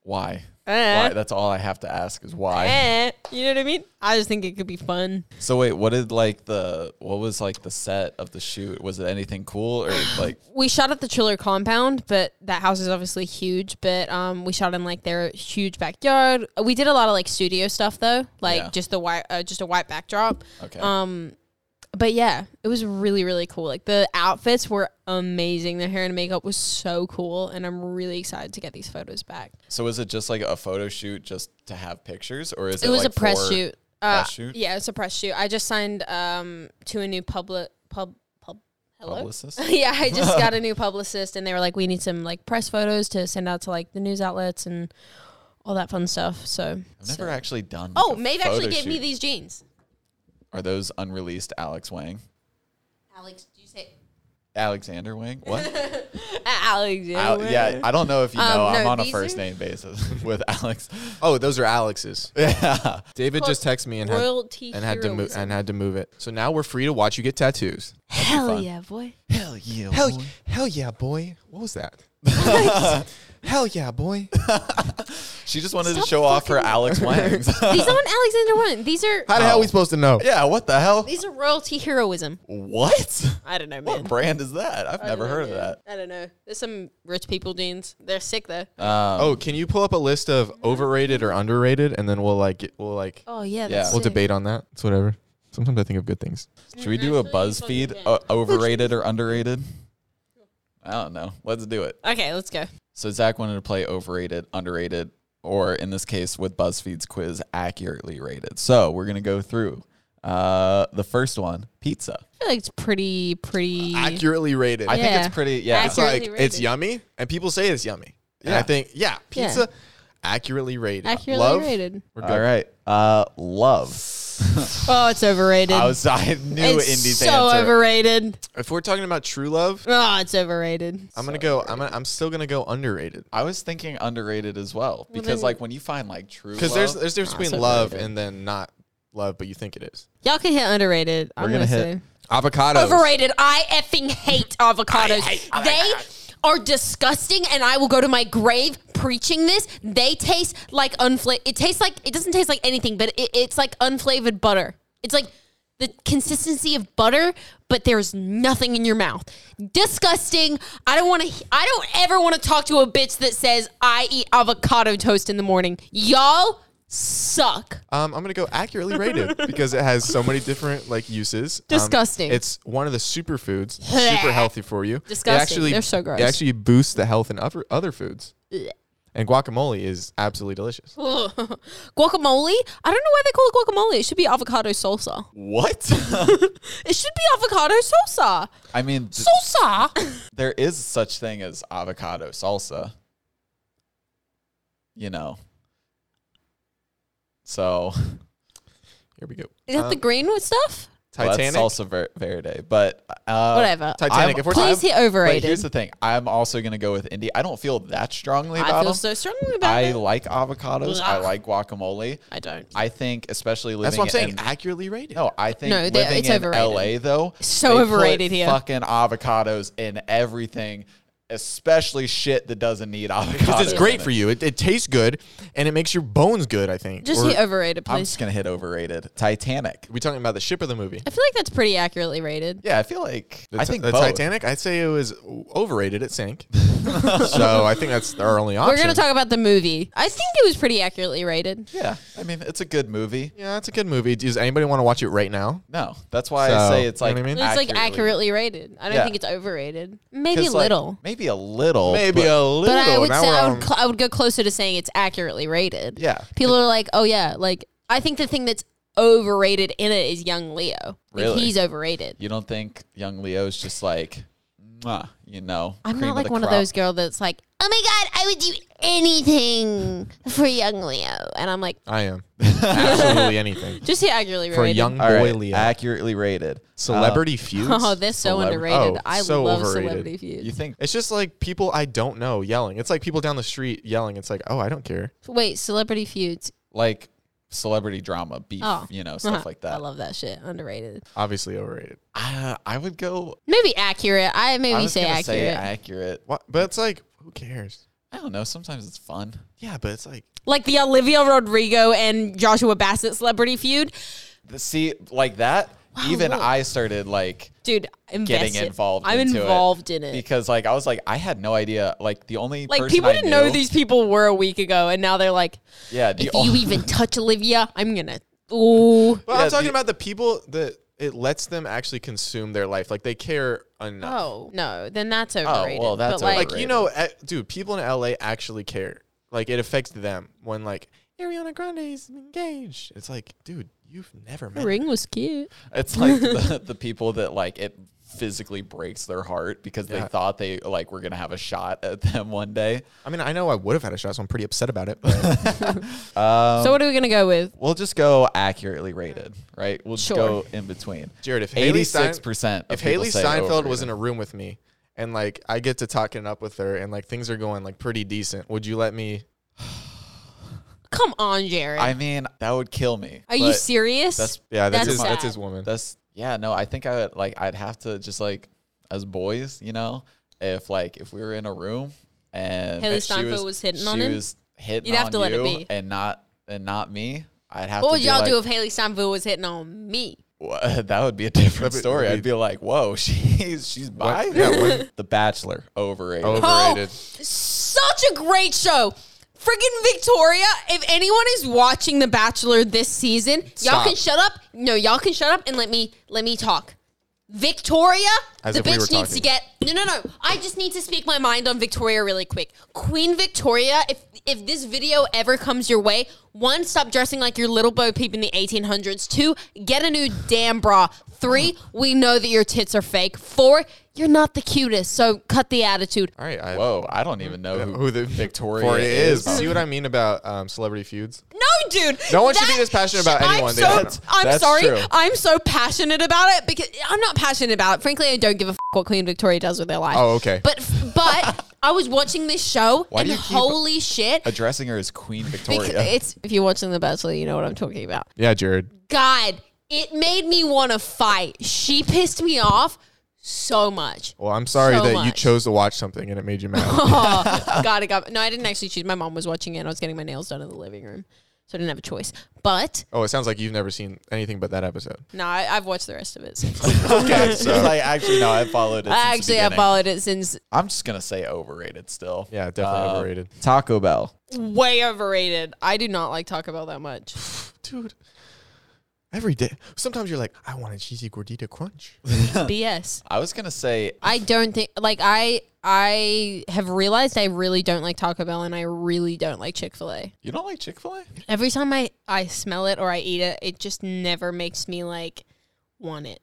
B: Why?
C: Eh.
B: That's all I have to ask is why.
C: Eh. You know what I mean? I just think it could be fun.
B: So wait, what did like the what was like the set of the shoot? Was it anything cool or like
C: we shot at the Triller compound, but that house is obviously huge. But um, we shot in like their huge backyard. We did a lot of like studio stuff though, like
B: Yeah.
C: just the white, uh, just a white backdrop.
B: okay?
C: Um, but yeah, it was really really cool. Like the outfits were amazing. The hair and makeup was so cool, and I'm really excited to get these photos back.
B: so is it just like a photo shoot just to have pictures or is it,
C: it was
B: like
C: a press
B: for-
C: shoot. Uh,
B: press shoot?
C: Yeah, it's a press shoot. I just signed um to a new public pub pub. Hello.
B: Publicist?
C: yeah, I just got a new publicist, and they were like, "We need some like press photos to send out to like the news outlets and all that fun stuff." So,
B: I've never actually done. like,
C: oh,
B: a
C: Maeve actually
B: photo
C: gave me
B: shoot.
C: these jeans.
B: Are those unreleased Alex Wang?
C: Alex, do you say?
B: Alexander Wang. What?
C: Alex.
B: Al- yeah, I don't know if you know.
C: Um,
B: I'm
C: no,
B: on a
C: these
B: first
C: are-
B: name basis with Alex.
A: Oh, those are Alex's.
B: Yeah.
A: David
C: called
A: just texted me and had
C: Royalty
A: and had to move
C: heroism.
A: and had to move it. So now we're free to watch you get tattoos.
C: Hell
B: fun.
C: yeah, boy.
B: Hell yeah. boy.
A: hell yeah, boy. What was that? hell yeah, boy.
B: She just wanted
C: Stop
B: to show off her
C: fucking-
B: Alex Wangs.
C: These aren't Alexander one. These are
A: How the hell are we supposed to know?
B: yeah, what the hell?
C: these are royalty heroism.
B: What?
F: I don't know, man.
B: What brand is that? I've never heard of that.
F: I don't know. There's some rich people jeans. They're sick though.
B: Um,
A: Oh, can you pull up a list of overrated or underrated, and then we'll like get- we'll like
C: Oh yeah,
B: that's
C: that's
B: Yeah.
A: we'll debate on that. It's whatever. Sometimes I think of good things.
B: Should we do a BuzzFeed uh, overrated or underrated? I don't know. Let's do it.
F: Okay, let's go.
B: So Zach wanted to play overrated, underrated, or in this case with BuzzFeed's quiz, accurately rated. So we're gonna go through uh, the first one, pizza.
C: I feel like it's pretty pretty.
A: Accurately rated.
B: I think
C: Yeah.
B: it's pretty. Yeah,
A: it's
C: accurately
A: like it's
C: rated.
A: yummy, and people say it's yummy. And
B: Yeah.
A: I think yeah,
C: Yeah.
A: pizza accurately rated.
C: accurately
A: Love,
C: rated.
A: We're good.
B: all right. Uh, love.
C: Oh, it's overrated.
B: I was. I knew
C: it's
B: Indy's
C: so
B: answer.
C: overrated.
A: If we're talking about true love,
C: Oh, it's overrated.
A: I'm gonna go. I'm gonna, I'm still gonna go underrated
B: I was thinking underrated as well because like when you find like true
A: because there's
B: love-
A: there's difference between
C: so
A: love
C: overrated.
A: and then not love, but you think it is.
C: Y'all can hit underrated. I'm
B: gonna
C: gonna,
B: hit-
C: say
A: Avocados.
C: overrated. I effing hate avocados. they are disgusting, and I will go to my grave preaching this. They taste like unfla. It tastes like it doesn't taste like anything, but it, it's like unflavored butter. It's like the consistency of butter, but there's nothing in your mouth. Disgusting. I don't want to. I don't ever want to talk to a bitch that says I eat avocado toast in the morning. Y'all suck.
A: Um, I'm gonna go accurately rated because it has so many different like uses. Um,
C: Disgusting.
A: it's one of the superfoods, super healthy for you. It
C: Disgusting. They're so gross.
A: It actually boosts the health in other other foods. And guacamole is absolutely delicious.
C: Guacamole? I don't know why they call it guacamole. It should be avocado salsa.
B: what?
C: It should be avocado salsa.
B: I mean, th-
C: Salsa.
B: there is such thing as avocado salsa. You know. So
A: Here we go.
C: Is
B: Uh,
C: that the green with stuff?
B: well, that's
A: Titanic.
B: salsa ver- verde, but uh,
C: Whatever.
A: Titanic.
B: I'm-
A: if we're
C: Please hit
B: But
C: overrated.
B: here's the thing: I'm also gonna go with indie. I don't feel that strongly
C: I
B: about
C: feel
B: them.
C: so strongly about
B: I
C: it.
B: like avocados. I
C: Blah.
B: like guacamole.
C: I don't.
B: I think, especially living.
A: that's what I'm saying.
B: in-
A: accurately rated.
B: No, I think
C: No, they-
B: living
C: it's
B: in
C: overrated.
B: LA though,
C: So
B: they
C: overrated
B: put
C: here.
B: Fucking avocados in everything, especially shit that doesn't need avocados.
A: because it's
B: in
A: great
B: it.
A: for you. It, it tastes good, and it makes your bones good. I think.
C: Just
A: Or-
C: hit overrated,
B: I'm
C: please.
B: just gonna hit overrated. Titanic.
A: we talking about the ship or the movie?
C: I feel like that's pretty accurately rated.
B: Yeah, I feel like
A: The
B: I
A: Ti-
B: think
A: the
B: both.
A: Titanic. I'd say it was overrated. It sank. so I think that's our only option.
C: We're going to talk about the movie. I think it was pretty accurately rated.
B: Yeah, I mean it's a good movie.
A: Yeah, it's a good movie. Does anybody want to watch it right now?
B: No, that's why I
A: So,
B: say it's
A: you know
B: like
A: what I mean?
C: It's like accurately rated. I don't
B: Yeah.
C: think it's overrated.
B: 'Cause,
C: Maybe
B: like,
C: little.
B: maybe a little.
A: Maybe
B: but-
A: a little.
C: but I would
A: Now
C: say
A: we're
C: I
A: on-
C: would, cl- I would go closer to saying it's accurately rated.
B: Yeah.
C: People are like, oh yeah, like I think the thing that's overrated in it is young Leo. Like,
B: Really?
C: he's overrated.
B: You don't think young Leo's just like, mwah, you know?
C: I'm
B: cream
C: not like
B: the
C: one of
B: crop?
C: those girl that's like, oh my god, I would do anything for young Leo, and I'm like,
A: I am absolutely
B: Uh,
A: anything
C: just he accurately
A: for a
C: rated.
A: young
B: All
A: boy.
B: right,
A: Leo.
B: accurately rated.
A: Celebrity feuds.
C: oh, they're so
B: Celebr-
C: underrated.
A: oh,
C: I
A: so
C: love
A: overrated.
C: celebrity
B: Uh,
C: feuds.
B: you think
A: It's just like people I don't know yelling. It's like people down the street yelling. It's like, oh, I don't care.
C: Wait, celebrity feuds.
B: like celebrity drama, beef,
C: Oh,
B: you know, stuff like that.
C: I love that shit. Underrated.
A: Obviously overrated.
B: I, I would go.
C: Maybe accurate. I
B: I
C: maybe
B: was
C: say
B: gonna
C: accurate.
B: say accurate.
A: What? But it's like, who cares?
B: I don't know. Sometimes it's fun.
A: Yeah, but it's like
C: like the Olivia Rodrigo and Joshua Bassett celebrity feud.
B: The- See, like that. even
C: look.
B: I started like
C: Dude, invest
B: getting
C: it.
B: involved.
C: I'm
B: into it
C: involved in it.
B: because, like, I was like, I had no idea. Like, the only
C: Like
B: person
C: people
B: I
C: didn't know
B: knew-
C: these people were a week ago, and now they're like,
B: Yeah, the Oh,
C: if
B: only-
C: you even touch Olivia, I'm gonna. Ooh,
A: Well,
B: Yeah,
A: I'm talking
B: the-
A: about the people that it lets them actually consume their life. Like they care enough.
C: oh no, then that's overrated.
B: overrated. well, that's
C: but like,
A: Like you know, eh, dude, people in LA actually care. Like it affects them when like Ariana Grande is engaged. It's like, dude, you've never met. her.
C: ring was cute.
B: It's like the, the people that like it physically breaks their heart because they
A: Yeah.
B: thought they like were gonna have a shot at them one day.
A: I mean, I know I would have had a shot, so I'm pretty upset about it. But
B: Um,
C: so what are we gonna go with?
B: We'll just go accurately rated, right? We'll just
C: Sure.
B: go in between.
A: Jared, if Haley Stein-
B: Eighty-six percent.
A: if Haley Steinfeld was in a room with me and like I get to talking up with her and like things are going like pretty decent, would you let me?
C: Come on, Jared.
B: I mean, that would kill me.
C: are you
B: but
C: serious?
B: That's
A: Yeah, that's,
C: That's
A: his. That's
C: sad.
A: his woman.
B: That's yeah, no, I think I would like I'd have to just like as boys, you know, if like if we were in a room and
C: Haley
B: she
C: Steinfeld was hitting on
B: she
C: him?
B: was hitting
C: You'd have
B: on
C: to let it
B: you
C: be.
B: and not and not me. I'd have
C: what
B: to
C: would
B: be
C: y'all
B: like,
C: do if Haley Steinfeld was hitting on me?
B: "Wha- that would be a different
A: That'd be-
B: story.
A: that'd
B: I'd be like, "Whoa, she's she's bi."
A: What? Yeah, what-
B: the Bachelor overrated.
C: Oh,
A: Overrated.
C: Such a great show. Friggin' Victoria, if anyone is watching The Bachelor this season, y'all
A: Stop.
C: can shut up. No, y'all can shut up and let me let me talk. Victoria,
A: As
C: the
A: if we
C: bitch
A: were
C: needs to
A: talking.
C: get No, no, no. I just need to speak my mind on Victoria really quick. Queen Victoria, if if this video ever comes your way, one, stop dressing like your little Bo Peep in the 1800s. Two, get a new damn bra. Three, we know that your tits are fake. Four, you're not the cutest, so cut the attitude.
A: All right. I,
B: Whoa, I don't even know who,
A: Who the
B: Victoria
A: Victoria is?
B: is.
A: See what I mean about um, celebrity feuds?
C: No, dude.
A: No one should be this passionate about
C: I'm
A: anyone. They
C: so-
A: don't know.
C: I'm
B: That's
C: sorry.
B: true.
C: I'm so passionate about it because I'm not passionate about it. Frankly, I don't give a f- what Queen Victoria does with their life.
A: Oh, okay.
C: But but I was watching this show
B: Why
C: and
B: do you keep
C: holy shit.
B: Addressing her as Queen
C: Because
B: Victoria.
C: it's if you're watching The Bachelor, you know what I'm talking about.
A: Yeah, Jared.
C: God, it made me want to fight. She pissed me off so much.
A: Well, I'm sorry
C: So
A: that you
C: much.
A: chose to watch something and it made you mad.
C: Oh, God, it got no. I didn't actually choose. My mom was watching it. and I was getting my nails done in the living room, so I didn't have a choice. But
A: oh, it sounds like you've never seen anything but that episode.
C: no, I, I've watched the rest of it. Since.
B: okay, so like actually no, I followed it.
C: I
B: since the
C: actually have
B: beginning.
C: followed it since
B: I'm just gonna say overrated still.
A: Yeah, definitely
B: Uh,
A: overrated.
B: Taco Bell.
C: way overrated. I do not like Taco Bell that much.
A: Dude, every day. Sometimes you're like, I want a cheesy gordita crunch.
C: BS.
B: I was gonna say
C: I don't think like I I have realized I really don't like Taco Bell and I really don't like Chick Fil A.
B: you don't like Chick Fil A.
C: Every time I I smell it or I eat it, it just never makes me like want it.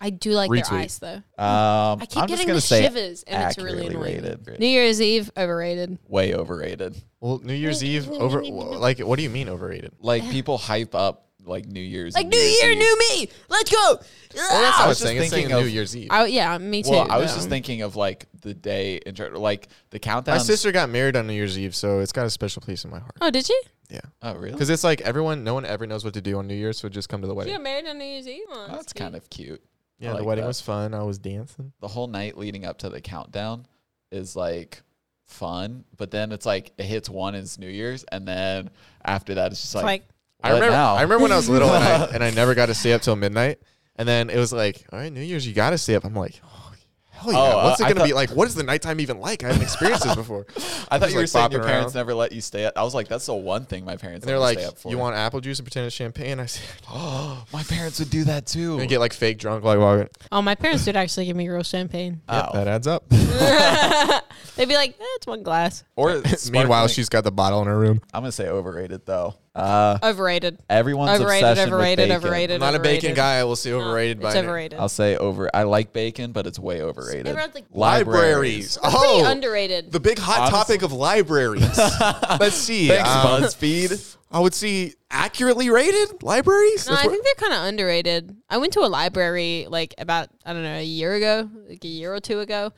C: I do like
A: Retweet.
C: their ice though.
B: Um,
C: I keep
B: I'm just
C: getting
B: gonna
C: the
B: say
C: shivers and it's really
B: accurately
C: annoying.
B: rated.
C: New Year's Eve overrated.
B: Way overrated.
A: Well, New Year's Eve over. wha- Like, what do you mean overrated?
B: Like people hype up like New Year's,
C: Like
B: and
C: New
B: Year's
C: Year,
B: Eve.
C: new me. Let's go.
A: Well, that's
B: I
A: not it's
B: was
A: saying.
B: just
A: It's saying
B: thinking of-
A: New Year's Eve.
C: I, yeah, me too. Um,
B: Well, I was
C: yeah.
B: just thinking of like the day in tr- like the countdown.
A: My sister got married on New Year's Eve, so it's got a special place in my heart.
C: Oh, did you?
A: Yeah,
B: Oh, really?
A: because it's like everyone, no one ever knows what to do on New Year's, so just come to the wedding. Yeah,
C: You got married on New Year's Eve. Oh,
B: That's
C: cute.
B: kind of cute. I
A: the
B: like
A: wedding
B: that.
A: was fun. I was dancing.
B: The whole night leading up to the countdown is like fun, but then it's like it hits one is New Year's, and then after that it's just like,
C: like-
A: I
B: what
A: remember.
B: now?
A: I remember when I was little and I, and I never got to stay up till midnight. And then it was like, all right, New Year's, you got to stay up. I'm like, oh, hell yeah.
B: Oh, uh,
A: What's it
B: I
A: gonna
B: thought-
A: be like? What is the nighttime even like? I haven't experienced this before.
B: I thought
A: Just,
B: you were
A: like,
B: saying your
A: bopping
B: parents
A: around.
B: never let you stay up. I was like, that's the one thing my parents.
A: And they're
B: let me
A: like,
B: stay up for.
A: you want apple juice and pretend it's champagne? I said,
B: Oh, my parents would do that too.
A: and get like fake drunk while you're walking.
C: Oh, my parents did actually give me real champagne.
A: Yep,
B: Ow.
A: that adds up.
C: They'd be like, that's one glass.
B: Or
A: Meanwhile,
B: sparkling-
A: she's got the bottle in her room.
B: I'm gonna say overrated though. Uh,
C: Overrated.
B: everyone's
C: Overrated,
B: obsession with
C: overrated,
B: bacon.
C: overrated.
A: I'm not a bacon
C: overrated.
A: guy. I will say overrated by
C: It's
A: name.
C: overrated.
B: I'll say over. I like bacon, but it's way overrated.
C: Everyone's like-
A: Libraries. Oh,
C: Pretty underrated.
A: the big hot
B: Honestly-
A: topic of libraries. Let's see.
B: Thanks,
A: um,
B: BuzzFeed.
A: I would see accurately rated libraries.
C: no,
A: That's
C: I
A: what-
C: think they're kind of underrated. I went to a library like about I don't know a year ago, like a year or two ago,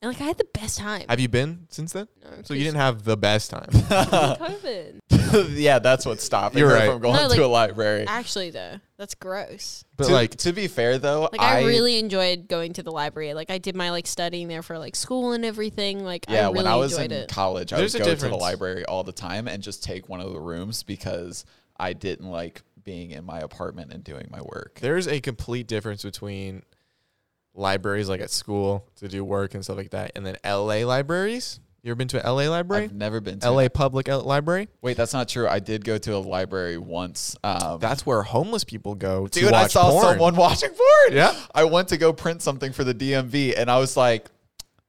C: and like I had the best time.
A: have you been since then?
C: No,
A: So you didn't have the best time.
C: COVID.
B: yeah, that's what's stopping
A: You're
B: her
A: right.
B: from going
C: No, like-
B: to a library.
C: Actually, though, that's gross.
A: But
B: to,
A: like,
B: to be fair though,
C: Like I, really enjoyed going to the library. Like I did my like studying there for like school and everything. Like
B: yeah.
C: I really
B: when I was in
C: enjoyed it.
B: college, I
A: There's
B: would
A: a
B: go to the
A: difference.
B: library all the time and just take one of the rooms because I didn't like being in my apartment and doing my work.
A: there's a complete difference between libraries, like at school to do work and stuff like that, and then LA libraries. You ever been to an LA library?
B: I've never been to
A: LA public L- library.
B: Wait, that's not true. I did go to a library once. Um,
A: That's where homeless people go to
B: dude, I
A: watch
B: saw
A: porn.
B: someone watching porn.
A: Yeah.
B: I went to go print something for the DMV, and I was like,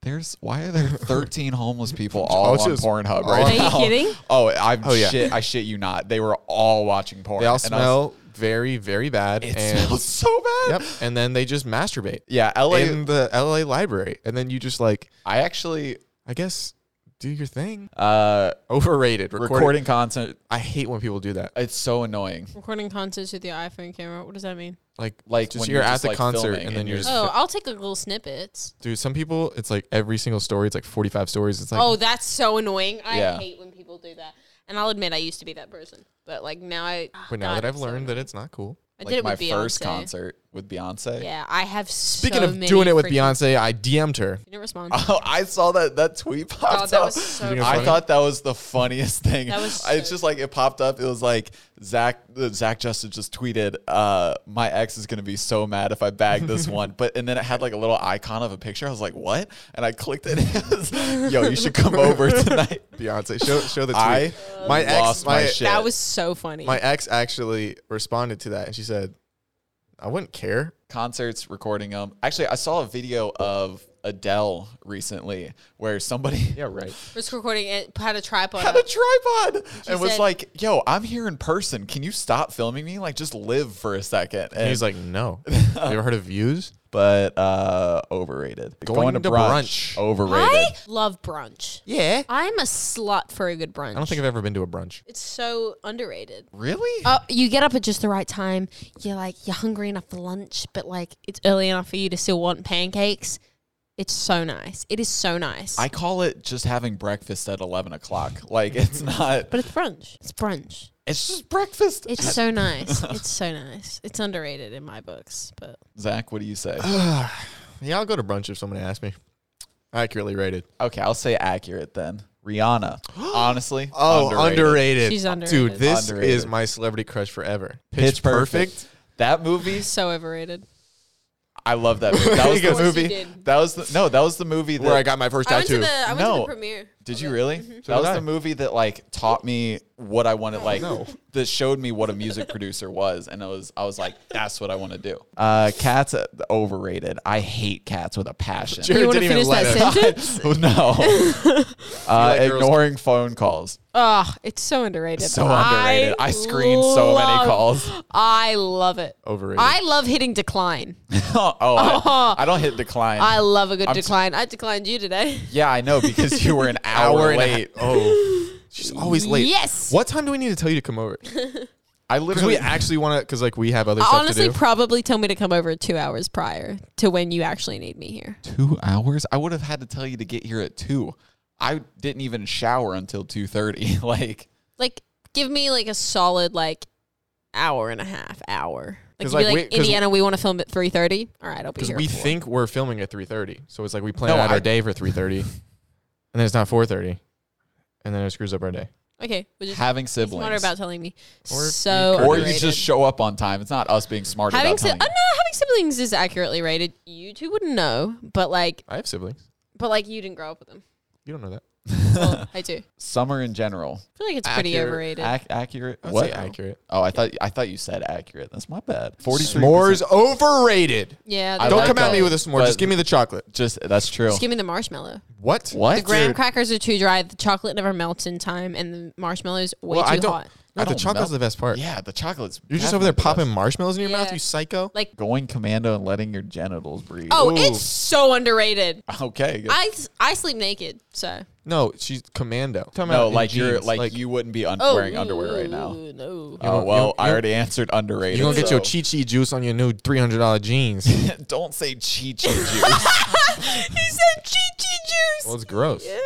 B: "There's why are there 13 homeless people all
A: Oh,
B: on
A: just- Are
B: Pornhub right
A: you
B: now?"
C: kidding?
B: Oh, I'm
A: Oh, yeah.
B: shit. I shit you not. They were all watching porn.
A: They all
B: and I was-
A: smell very, very bad.
B: It
A: and
B: smells so
A: yep.
B: bad.
A: And then they just masturbate
B: Yeah, LA.
A: in the LA library, and then you just like,
B: I actually
A: I guess, do your thing.
B: uh,
A: Overrated
B: recording, content.
A: I hate when people do that.
B: It's so annoying.
C: Recording concerts with your iPhone camera. What does that mean?
A: Like,
B: Like
A: Just
B: when
A: you're at
B: just,
A: the
B: like,
A: concert
B: filming
A: and then you're just-
C: Oh, I'll take like little snippets.
A: dude, some people, it's like every single story. It's like 45 stories. It's like,
C: Oh, that's so annoying. I
B: Yeah.
C: hate when people do that. And I'll admit I used to be that person, but like now I.
A: but now
C: God,
A: that I've
C: it's so
A: learned
C: annoying.
A: that it's not cool.
C: I
B: like
C: did it
B: my
C: with Beyonce.
B: first concert with Beyonce.
C: Yeah, I have.
A: Speaking of doing it with Beyonce, I DM'd her.
C: didn't respond.
B: Oh, I saw that that tweet popped
C: Oh, that
B: up.
C: was so
A: You think it's
B: I
A: funny?
B: thought that was the funniest thing.
C: That was
B: it's
C: so-
B: just like it popped up. It was like Zach uh, Zach Justin just tweeted, uh, "My ex is gonna be so mad if I bag this one." But and then it had like a little icon of a picture. I was like, "What?" And I clicked it. It was, Yo, you should come over tonight.
A: Beyonce, show show the tweet.
B: I
A: my ex,
B: lost my
A: my
B: shit.
C: that was so funny.
A: my ex actually responded to that, and she said, "I wouldn't care."
B: concerts, recording them. Actually, I saw a video of Adele recently where somebody
A: Yeah, right.
C: was recording it, had a tripod.
B: had a tripod and was
C: said-
B: like, "Yo, I'm here in person. Can you stop filming me? Like, just live for a second.
A: And he's like, "No, you ever heard of views?"
B: "But uh, overrated.
A: Going to brunch.
B: Overrated.
C: I love brunch.
A: Yeah.
C: I'm a slut for a good brunch.
A: I don't think I've ever been to a brunch.
C: it's so underrated.
B: Really?
C: Oh, you get up at just the right time. You're like you're hungry enough for lunch, but like it's early enough for you to still want pancakes. It's so nice. It is so nice.
B: I call it just having breakfast at 11 o'clock. Like, it's not.
C: but it's brunch. It's brunch.
B: It's just breakfast.
C: It's so nice. It's so nice. It's underrated in my books, but
B: Zach, what do you say?
A: Yeah, I'll go to brunch if someone asks me. Accurately rated.
B: Okay, I'll say accurate then. Rihanna, honestly,
C: She's underrated.
A: Dude, this
B: Oh, Underrated.
A: is my celebrity crush forever.
B: Pitch, perfect. That movie,
C: so overrated.
B: I love that movie. That was
A: Of
B: the
A: course
C: you
B: movie.
C: did.
B: That was the no. That was the movie that
A: Where I got my first
C: I went to
A: tattoo.
C: the I went to
B: No.
C: the premiere.
B: Did you really?
A: did
B: That was
A: I.
B: the movie that like taught me what I wanted, like
A: No.
B: that showed me what a music producer was, and I was I was like, that's what I want to do. Uh, cats uh, overrated. I hate cats with a passion.
A: Jared
C: You wanna
A: didn't even
C: finish
A: let
C: that
A: us.
C: sentence?
B: no, uh,
A: girls-
B: ignoring phone calls.
C: Oh, it's so underrated.
B: So underrated. I screen so many
C: love-
B: calls.
C: I love it.
A: Overrated.
C: I love hitting decline.
B: oh, I, I don't hit decline.
C: I love a good
B: I'm s-
C: decline. I declined you today.
B: yeah, I know because you were an hour,
A: hour
B: late.
A: late. Oh. She's always late.
C: Yes.
A: What time do we need to tell you to come over? Because
B: I
A: we
B: literally
A: actually want to, because like we have other stuff to
C: Honestly,
A: do.
C: probably told me to come over two hours prior to when you actually need me here.
B: two hours i would have had to tell you to get here at two i didn't even shower until 2.30 like
C: Like, give me like a solid like hour and a half hour. Like,
A: 'Cause,
C: you'd be
A: like,
C: like,
A: we- 'cause-
C: Indiana, we want to film at three thirty. All right, I'll be
A: because
C: here.
A: we
C: at four."
A: think we're filming at 3.30 so it's like we plan
B: No,
A: out
B: I-
A: our day for 3.30 and then it's not 4.30 and then it screws up our day
C: okay, which is
B: having
C: smarter
B: siblings
C: about telling me.
A: Or
C: so
B: or
C: underrated.
B: you just show up on time it's not us being smart
C: having
B: about
C: si- oh, no,
B: telling you.
C: having siblings is accurately rated. You two wouldn't know, but like,
A: i have siblings
C: but like you didn't grow up with them.
A: you don't know that
C: Well, I do.
B: summer in general
C: I feel like it's pretty
A: Accurate-
C: overrated.
B: Ac- accurate
A: I'd
B: what
A: say accurate
B: oh i thought i thought you said accurate that's my bad 43
A: s'mores overrated
C: yeah,
B: I
C: they're
A: don't
B: like
A: come at
B: that.
A: me with a s'more
B: But-
A: just give me the chocolate
B: just that's true
C: Just give me the marshmallow.
A: what
B: what
C: The graham crackers are too dry. The chocolate never melts in time, and the marshmallows way
A: well
C: too
A: i don't
C: hot.
A: no
B: I
A: the
B: don't
A: chocolate's
B: melt.
A: the best part
B: yeah the chocolates
A: you're just over there
B: definitely
A: popping
B: the best.
A: marshmallows in your mouth
C: Yeah.
A: you psycho
C: Like,
B: going commando and letting your genitals breathe
C: oh,
A: Ooh.
C: it's so underrated.
B: okay good.
C: I I sleep naked, so
A: no she's commando talking
B: no
A: in
B: like you're
A: jeans,
B: like, you wouldn't be un-
C: oh,
B: wearing underwear right now
C: ooh,
A: don't-
C: No,
B: oh
A: you
B: well
A: don't-
B: i
A: you
B: already answered underrated
A: you're gonna get your
B: so-
A: chi chi juice on your new $300 jeans
B: Don't say chi chi juice.
C: he said chi chi juice.
A: well it's gross
C: Ew.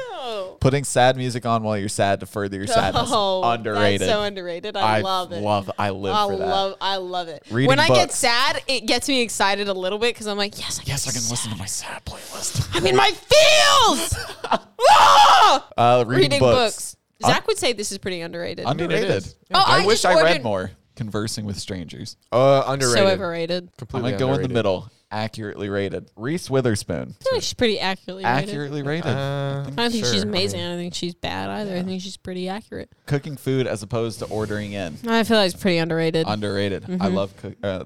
B: Putting sad music on while you're sad to further your sadness.
C: Oh,
B: underrated.
C: That's so underrated. I, love it. Oh,
B: I live
C: I
B: for that.
C: love. I love it.
B: Reading
C: when I get
B: books.
C: sad, it gets me excited a little bit because I'm like, yes, I can.
B: yes, I can listen to my sad playlist.
C: I'm in my feels. Ah!
B: Uh, reading,
C: Reading
B: books.
C: books. Zach would say this is pretty underrated.
A: mean, it
B: Underrated.
A: is.
C: Oh,
B: I,
C: I
B: wish
C: just
B: I read
C: ordered-
B: more. Conversing with strangers.
A: uh underrated
C: so overrated.
B: I'm
A: completely
B: gonna go in the
A: underrated.
B: middle. Accurately rated. Reese Witherspoon.
C: I feel like she's pretty accurately rated.
B: Accurately rated.
A: Uh,
C: I don't think
A: sure.
C: she's
A: I mean,
C: amazing. I don't think she's bad either. I think she's pretty accurate.
B: Cooking food as opposed to ordering in.
C: I feel like it's pretty underrated.
B: Underrated. I love cook. Uh,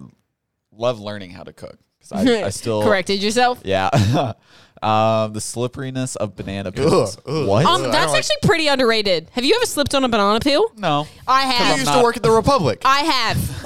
B: love learning how to cook. 'Cause I, I still
C: corrected yourself.
B: Yeah. um, the slipperiness of banana peels.
A: ugh,
B: what?
A: ugh.
C: Um,
A: I don't
C: that's
A: like-
C: actually pretty underrated. Have you ever slipped on a banana peel?
B: no.
C: I
A: You
B: I'm
C: have.
A: used
B: not-
A: to work at the Republic.
C: I have.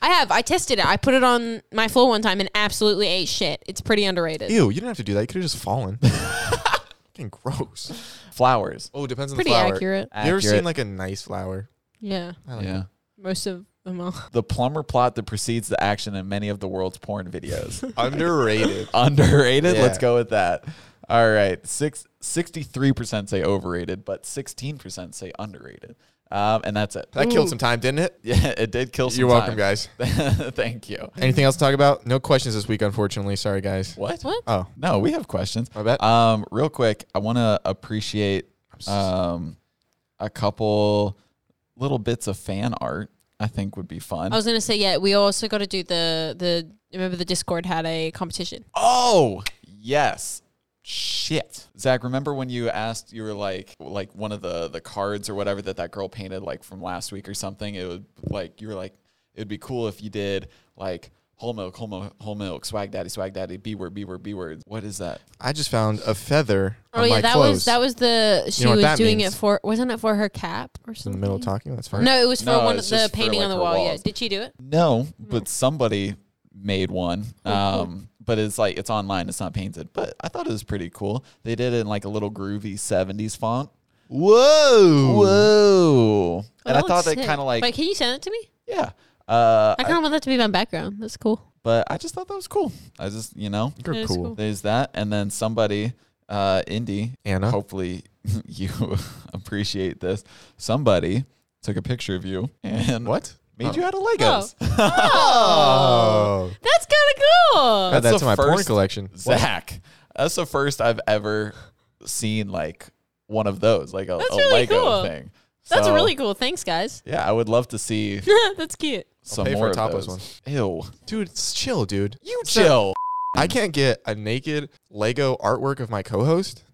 C: I have. I tested it. I put it on my floor one time and absolutely ate shit. It's pretty underrated.
A: Ew, you didn't have to do that. You could have just fallen. Fucking gross.
B: Flowers.
A: Oh, depends on
C: pretty
A: the flower.
C: accurate.
A: You ever seen
B: Accurate.
A: like a nice flower?
C: Yeah.
A: I like
B: yeah.
C: Most of them are.
B: The plumber plot that precedes the action in many of the world's porn videos.
A: Underrated.
B: Underrated. Let's
A: Yeah.
B: go with that. All right. Six, 63% say overrated, but 16% say underrated. Um, and that's it.
A: That killed some time, didn't it?
B: Yeah, it did kill some
A: You're welcome,
B: time.
A: guys.
B: Thank you.
A: Anything else to talk about? No questions this week, unfortunately. Sorry, guys.
B: What?
C: What?
A: Oh,
B: No, we have questions.
A: my bad.
B: Um, real quick, I want to appreciate um, a couple little bits of fan art. I think would be fun.
C: I was gonna say yeah. We also got to do the the. Remember the Discord had a competition.
B: oh yes, shit, Zach. Remember when you asked? You were like, like one of the the cards or whatever that that girl painted, like from last week or something. It would like you were like, it'd be cool if you did like. Whole milk, whole milk, whole milk, swag daddy, swag daddy, B word, B word, B word. What is that?
A: I just found a feather
C: Oh
A: on
C: yeah,
A: my
C: that
A: clothes.
C: was that was the she
A: know what
C: was
A: that
C: doing
A: means.
C: it for wasn't it for her cap or
A: in the
C: something?
A: middle of talking. That's fine.
C: No, it was for
B: No,
C: one
B: it's
C: of the
B: just for,
C: painting
B: like,
C: on the
B: her
C: wall. Yeah,
B: walls.
C: did she do it?
B: No, but somebody made one. Um, but it's like it's online. It's not painted. But I thought it was pretty cool. They did it in like a little groovy '70s font.
A: Whoa.
B: Whoa! and I
C: that
B: thought
C: looks
B: that
C: Oh, sick.
B: kind of like
C: Wait, can you send it to me?
B: yeah. Uh,
C: I
B: I-
C: kind of want that to be my background. That's cool.
B: but I just thought that was cool. I just you know
A: You're
C: That is
A: cool.
C: cool.
B: there's that, and then somebody, uh, Indy,
A: Anna.
B: hopefully you appreciate this. Somebody took a picture of you and
A: What?
B: made you out of Legos.
C: Oh.
A: Oh.
C: That's kind of cool.
A: Add that
B: Oh. That's
A: to
B: the
A: my porn
B: first
A: collection.
B: Zach. That's the first I've ever seen like one of those, like a,
C: That's
B: a
C: really
B: Lego
C: cool.
B: thing.
C: That's
B: So,
C: really cool. Thanks, guys.
B: Yeah, I would love to see
C: That's cute.
B: some
A: pay for
B: more
A: a
B: of
A: topless
B: those. Ew,
A: Dude, it's chill, dude.
B: you
A: So-
B: chill.
A: I can't get a naked Lego artwork of my co-host.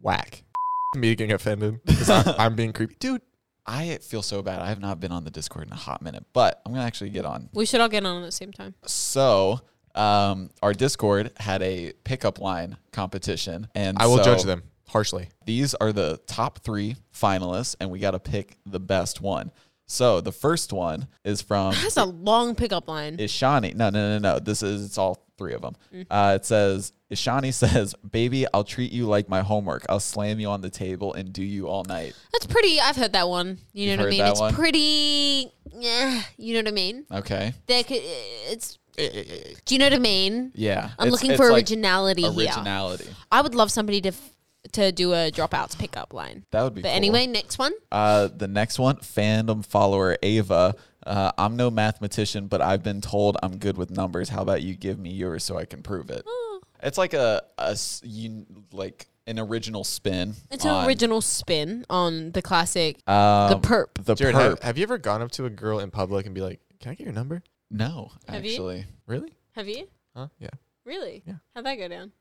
A: Whack. Me getting offended because I'm, I'm being creepy, dude.
B: I feel so bad. I have not been on the Discord in a hot minute, but I'm gonna actually get on.
C: We should all get on at the same time.
B: So. Um, our Discord had a pickup line competition, and
A: I will
B: so
A: judge them harshly.
B: These are the top three finalists, and we got to pick the best one. So the first one is from
C: That's a long pickup line.
B: Ishani. No, no, no, no. This is it's all three of them.
C: Mm-hmm.
B: Uh, it says Ishani says, "Baby, I'll treat you like my homework. I'll slam you on the table and do you all night."
C: That's pretty. I've heard that one. You know
B: You've
C: what I
B: heard
C: mean?
B: that
C: It's
B: one?
C: pretty. Yeah, you know what I mean.
B: Okay.
C: There could. It's.
B: Eh,
C: Do you know what I mean?
B: Yeah.
C: I'm
B: It's-
C: looking
B: it's
C: for
B: like
C: originality here.
B: Originality.
C: I would love somebody to f- to do a dropouts pickup line.
B: That would be.
C: But
B: cool.
C: anyway, next one.
B: Uh, the next one, fandom follower Ava. Uh, I'm no mathematician, but I've been told I'm good with numbers. How about you give me yours so I can prove it?
C: Oh.
B: It's like a, a s- you, like an original spin.
C: It's an
B: on,
C: original spin on the classic
B: um,
C: the perp.
B: The
A: Jared,
B: perp.
A: have, have you ever gone up to a girl in public and be like, "Can I get your number?"
B: No,
C: Have you?
B: actually.
A: Really?
C: Have you
A: Huh? Yeah,
C: really?
A: Yeah.
C: How'd that go down?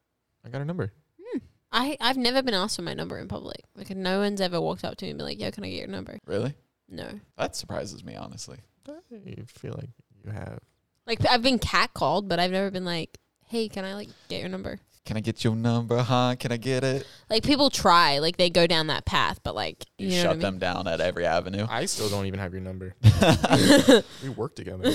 A: I got her number.
C: I I've never been asked for my number in public. Like no one's ever walked up to me and been like, "Yo, can I get your number?"
B: Really?
C: No.
B: That surprises me, honestly.
A: I feel like you have.
C: Like I've been catcalled, but I've never been like, "Hey, can I like get your number?"
B: Can I get your number, huh? Can I get it?
C: Like people try, like they go down that path, but like
B: You,
C: you, know
B: shut
C: what I
B: them
C: mean?
B: down at every avenue.
A: I still don't even have your number. we work together.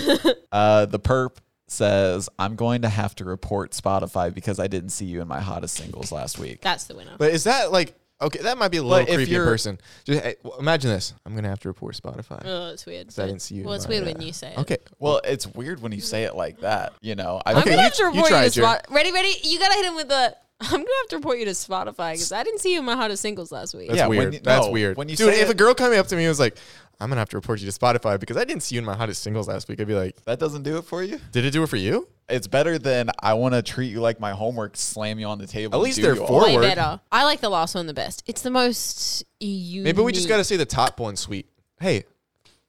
B: Uh, the perp says, I'm going to have to report Spotify because I didn't see you in my hottest singles last week.
C: That's the winner.
A: But is that like okay? That might be a little
B: But if
A: creepy in
B: you're-
A: person. Just, hey, well, imagine this. I'm gonna have to report Spotify.
C: Oh, it's weird.
A: 'cause I
C: but-
A: didn't see you.
C: Well,
A: in
C: it's
A: my,
C: weird
A: uh,
C: when you say it.
A: Okay.
B: Well, it's weird when you say it like that. You know, I
C: I'm
A: Okay,
C: gonna
A: you-
C: have to
A: you
C: report you,
A: try,
C: to
A: Jer.
C: Spot- Ready, ready? You gotta hit him with the. I'm gonna have to report you to Spotify because I didn't see you in my hottest singles last week.
A: That's
B: Yeah, when
A: weird.
B: you-
A: That's
B: no,
A: weird.
B: when you
A: Dude,
B: say
A: if a
B: it-
A: girl coming up to me and was like, I'm gonna have to report you to Spotify because I didn't see you in my hottest singles last week, I'd be like,
B: that doesn't do it for you.
A: Did it do it for you?
B: It's better than I want to treat you like my homework, slam you on the table.
A: At
B: and
A: least
B: do
A: they're
B: you all-
A: forward.
C: Way better. I like the last one the best. It's the most unique.
A: Maybe we just gotta say the top one sweet. Hey,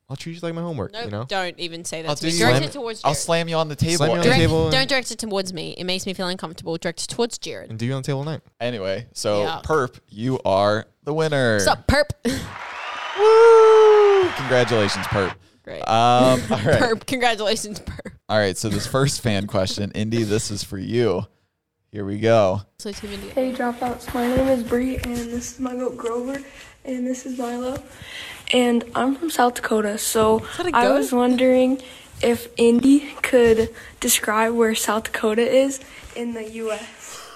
A: I'll treat you like my homework,
C: Nope,
A: you know?
C: don't even say that
B: I'll
C: to me.
B: do-
C: Direct
A: Slam
C: it
A: it.
C: towards
B: I'll
C: Jared.
B: slam you on the table.
A: Slam you on the
C: Direct-
A: table and-
C: Don't direct it towards me. It makes me feel uncomfortable. Direct it towards Jared.
A: And do you on the table tonight?
B: Anyway, so
C: Yuck.
B: perp, you are the winner.
C: What's up, perp?
B: Woo! Congratulations, perp.
C: Great.
B: Um, all right.
C: Perp. Congratulations, perp.
B: All right, so this first fan question, Indy, this is for you. Here we go.
C: So Team India.
G: Hey dropouts, my name is Bree and this is my goat Grover and this is Milo. And I'm from South Dakota, so I was wondering if Indy could describe where South Dakota is in the US.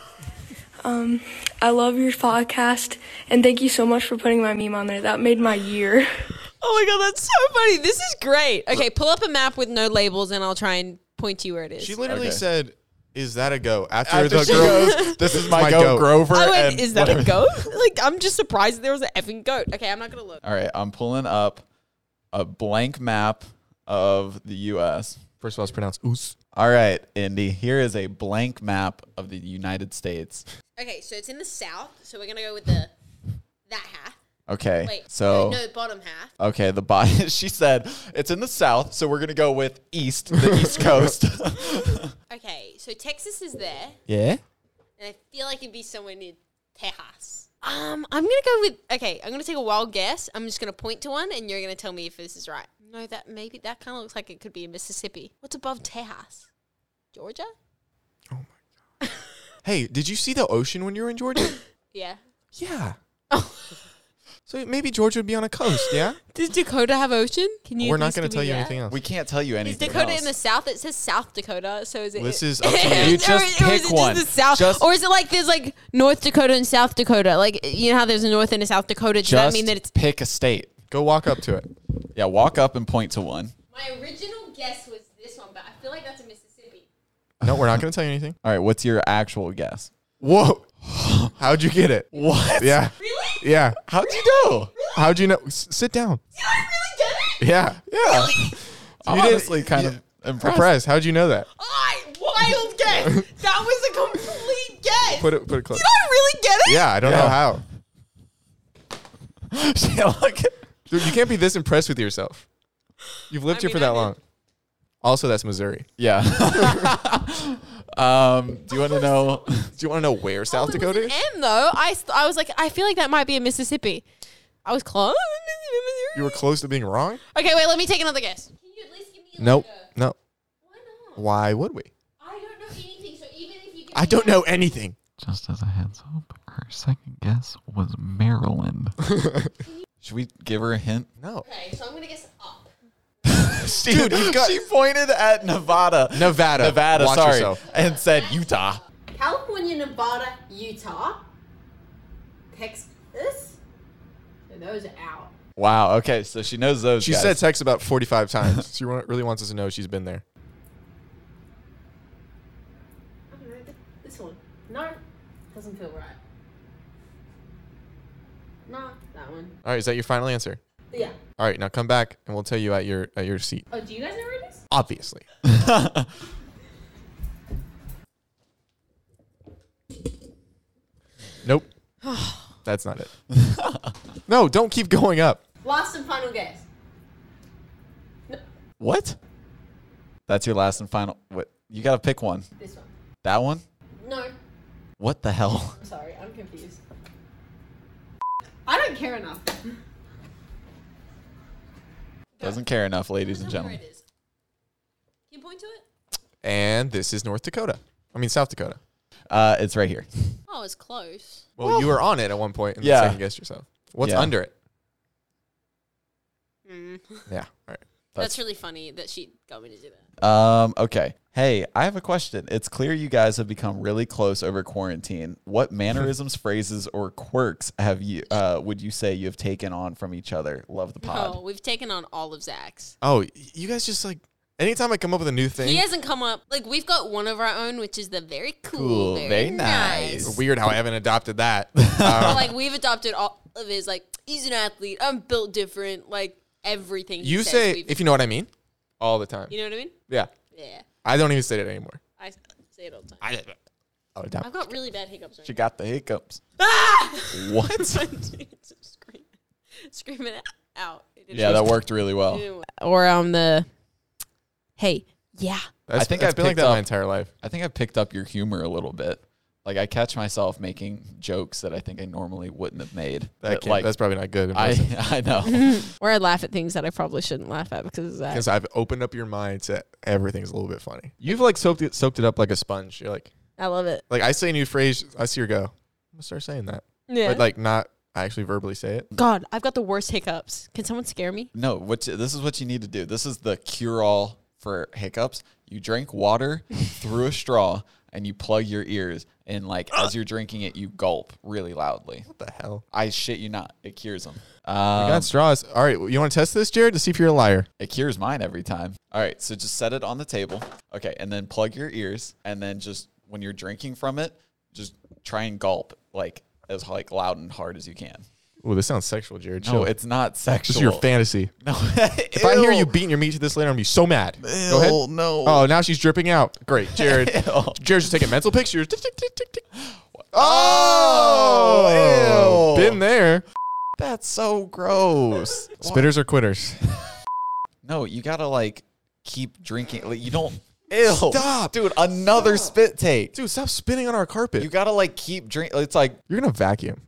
G: Um, I love your podcast and thank you so much for putting my meme on there. That made my year.
C: Oh my god, that's so funny. This is great. Okay, pull up a map with no labels and I'll try and point to you where it is.
A: She literally
B: Okay.
A: said, "Is that a go?" After,
B: After
A: the
B: she
A: girl,
B: goes, this is my, goat, Grover.
C: I went,
B: and
C: Oh, is that a
B: whatever.
C: goat? Like, I'm just surprised there was an effing goat. Okay, I'm not gonna look.
B: All right, I'm pulling up a blank map of the U.S.
A: First of all, it's pronounced "oos."
B: All right, Indy, here is a blank map of the United States.
C: Okay, so it's in the south, so we're gonna go with the that half.
B: Okay,
C: Wait,
B: so
C: no, bottom half.
B: okay, the body. She said it's in the South, so we're gonna go with East, the East Coast.
C: Okay, so Texas is there,
A: Yeah.
C: and I feel like it'd be somewhere near Texas. Um, I'm gonna go with okay. I'm gonna take a wild guess. I'm just gonna point to one, and you're gonna tell me if this is right. No, that maybe that kind of looks like it could be in Mississippi. What's above Texas? Georgia?
A: Hey, did you see the ocean when you were in Georgia?
C: Yeah.
A: yeah.
C: Oh.
A: So maybe Georgia would be on a coast. Yeah.
C: Does Dakota have ocean? Can
A: We're not going to tell you anything else.
B: we can't tell you
C: Is
B: anything.
C: Dakota in the
B: else.
C: south? It says South Dakota, so is it?
A: This is up to
C: Or-
A: you.
B: You just
C: or, is
B: pick
C: it
B: one.
C: Just the south,
B: Just-
C: or is it like there's like North Dakota and South Dakota? Like you know how there's a North and a South Dakota. Does
B: Just
C: that mean that it's?
B: pick a state.
A: Go walk up to it.
B: Yeah, walk up and point to one.
C: My original guess was this one, but I feel like that's a Mississippi.
A: No, we're not going to tell you anything.
B: All right, what's your actual guess?
A: Whoa. How'd you get it?
B: What?
A: Yeah.
C: Really?
A: Yeah.
B: How'd you do?
A: How'd you know? S- sit down.
C: Did I really get it?
A: Yeah.
B: Yeah.
A: You did-
B: Honestly, kind
A: yeah.
B: of impressed.
A: Surprise. How'd you know that?
C: I wild guess. that was a complete guess.
A: Put it. Put it close.
C: Did I really get it?
A: Yeah. I don't know
B: Yeah.
A: how.
B: She look.
A: Dude, you can't be this impressed with yourself. You've lived
C: I
A: here for
C: mean,
A: that
C: I did.
A: long. Also, that's Missouri.
B: Yeah. um, do you want to know?
A: Do you want to know where South
C: It was
A: Dakota
C: an
A: is?
C: M though. I st- I was like I feel like that might be in Mississippi. I was close.
A: You were close to being wrong.
C: Okay, wait. Let me take another guess. Can you at least give me?
A: Nope. No.
C: Why not?
A: Why would we?
C: I don't know anything. So even if you,
A: I don't know anything.
H: Just as a heads up, her second guess was Maryland.
B: Should we give her a hint?
A: No.
C: okay, so I'm gonna guess up.
A: Dude, you've got
B: she pointed at Nevada.
A: Nevada.
B: Nevada,
A: Watch
B: sorry.
A: yourself.
B: And said Utah.
C: California, Nevada, Utah, Texas. So those are out.
B: Wow. Okay, so she knows those.
A: She
B: guys.
A: said text about 45 times. she wa- really wants us to know she's been there.
C: I don't know, th- This one. No, doesn't feel right. No, that one.
A: All right, is that your final answer?
C: Yeah.
A: All right, now come back and we'll tell you at your at your seat.
C: Oh, do you guys know where it is?
A: Obviously. nope. That's not it. no, don't keep going up.
C: Last and final guess.
B: what? That's your last and final. What? You got to pick one.
C: This one.
B: That one?
C: No,
B: What the hell?
C: I'm sorry, I'm confused. I don't care enough.
B: Doesn't care enough, ladies and gentlemen.
C: it is. Can you point to it?
A: And this is North Dakota. I mean South Dakota.
B: Uh, it's right here.
C: Oh, it's close.
A: Well, you were on it at one point and
B: Yeah.
A: then second guessed yourself. What's
B: Yeah.
A: under it? Yeah. All right.
C: Mm. That's, really funny that she got me to do that.
B: Um, okay. Hey, I have a question. It's clear you guys have become really close over quarantine. What mannerisms, phrases, or quirks have you uh would you say you have taken on from each other? Love the pod.
C: Oh, we've taken on all of Zach's.
A: Oh, y- you guys just like anytime I come up with a new thing,
C: He hasn't come up. Like we've got one of our own, which is the very cool,
B: Cool,
C: Oh, very,
B: very
C: nice.
B: nice.
A: weird how I haven't adopted that.
C: But,
A: Um,
C: like we've adopted all of his. Like he's an athlete. I'm built different. Like everything. he
A: you
C: says,
A: say
C: we've-
A: if you know what I mean all the time.
C: you know what I mean.
A: Yeah.
C: Yeah,
A: I don't even say it anymore.
C: I s- say it all the time.
A: I oh, adopt.
C: I've got really bad hiccups. Right Ah!
B: She got the hiccups. What?
C: now. Just scream, screaming it out. It didn't
B: yeah, that
C: work.
B: worked really well.
C: Or um the, hey, yeah.
A: That's,
B: I think
A: that's
B: I've
A: been like
B: picked
A: that my
B: up-
A: entire life.
B: I think I picked up your humor a little bit. Like I catch myself making jokes that I think I normally wouldn't have made.
A: That can't,
B: like
A: that's probably not good.
B: I I know.
C: Or I laugh at things that I probably shouldn't laugh at because of that.
A: because I've opened up your mind to everything's a little bit funny. You've like soaked it, soaked it up like a sponge. You're like,
C: I love it.
A: like I say a new phrase, I see her go. I'm gonna start saying that,
C: Yeah.
A: but like not actually verbally say it.
C: God, I've got the worst hiccups. Can someone scare me?
B: no, what you- this is what you need to do. This is the cure all for hiccups. You drink water through a straw and you plug your ears and like as you're drinking it you gulp really loudly.
A: What the hell? Um,
B: I shit you not. It cures them.
A: I got straws. All right, you want to test this, Jared, to see if you're a liar?
B: It cures mine every time. All right, so just set it on the table. Okay, and then plug your ears, and then just when you're drinking from it, just try and gulp like as like loud and hard as you can.
A: Oh, this sounds sexual, Jared.
B: No,
A: Chill.
B: it's not
A: this
B: sexual.
A: is your fantasy.
B: No,
A: If I hear you beating your meat to this later, I'm gonna be so mad. Go ahead.
B: no.
A: Oh, now she's dripping out. Great, Jared.
B: Ew.
A: Jared's just taking mental pictures. Tick, tick, tick, tick, tick.
B: Oh,
A: Oh,
B: ew.
A: been there.
B: that's so gross.
A: Spitters or quitters?
B: No, you gotta like keep drinking. Like, you don't. Ew.
A: Stop.
B: dude. Another spit take.
A: Dude, stop spitting on our carpet.
B: You gotta like keep drinking. It's like
A: You're gonna vacuum.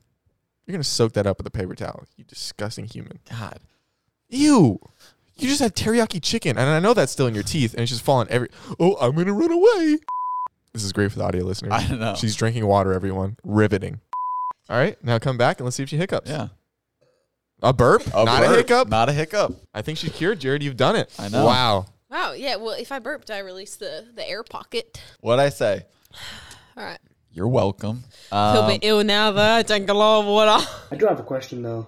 A: You're gonna soak that up with a paper towel. You disgusting human.
B: God.
A: Ew. You just had teriyaki chicken, and I know that's still in your teeth, and it's just falling every. Oh, I'm gonna run away. This is great for the audio listeners.
B: I don't know.
A: She's drinking water. Everyone, riveting. All right, now come back and let's see if she hiccups.
B: yeah.
A: A burp, not a
B: burp.
A: hiccup.
B: Not a hiccup.
A: I think she's cured, Jared. You've done it.
B: I know.
A: Wow.
C: Wow. Yeah. Well, if I burped, I release the, the air pocket.
B: What I say?
C: All right.
B: You're welcome.
C: Feel
B: Um,
C: bit ill now that I drink a lot of water.
I: I do have a question though.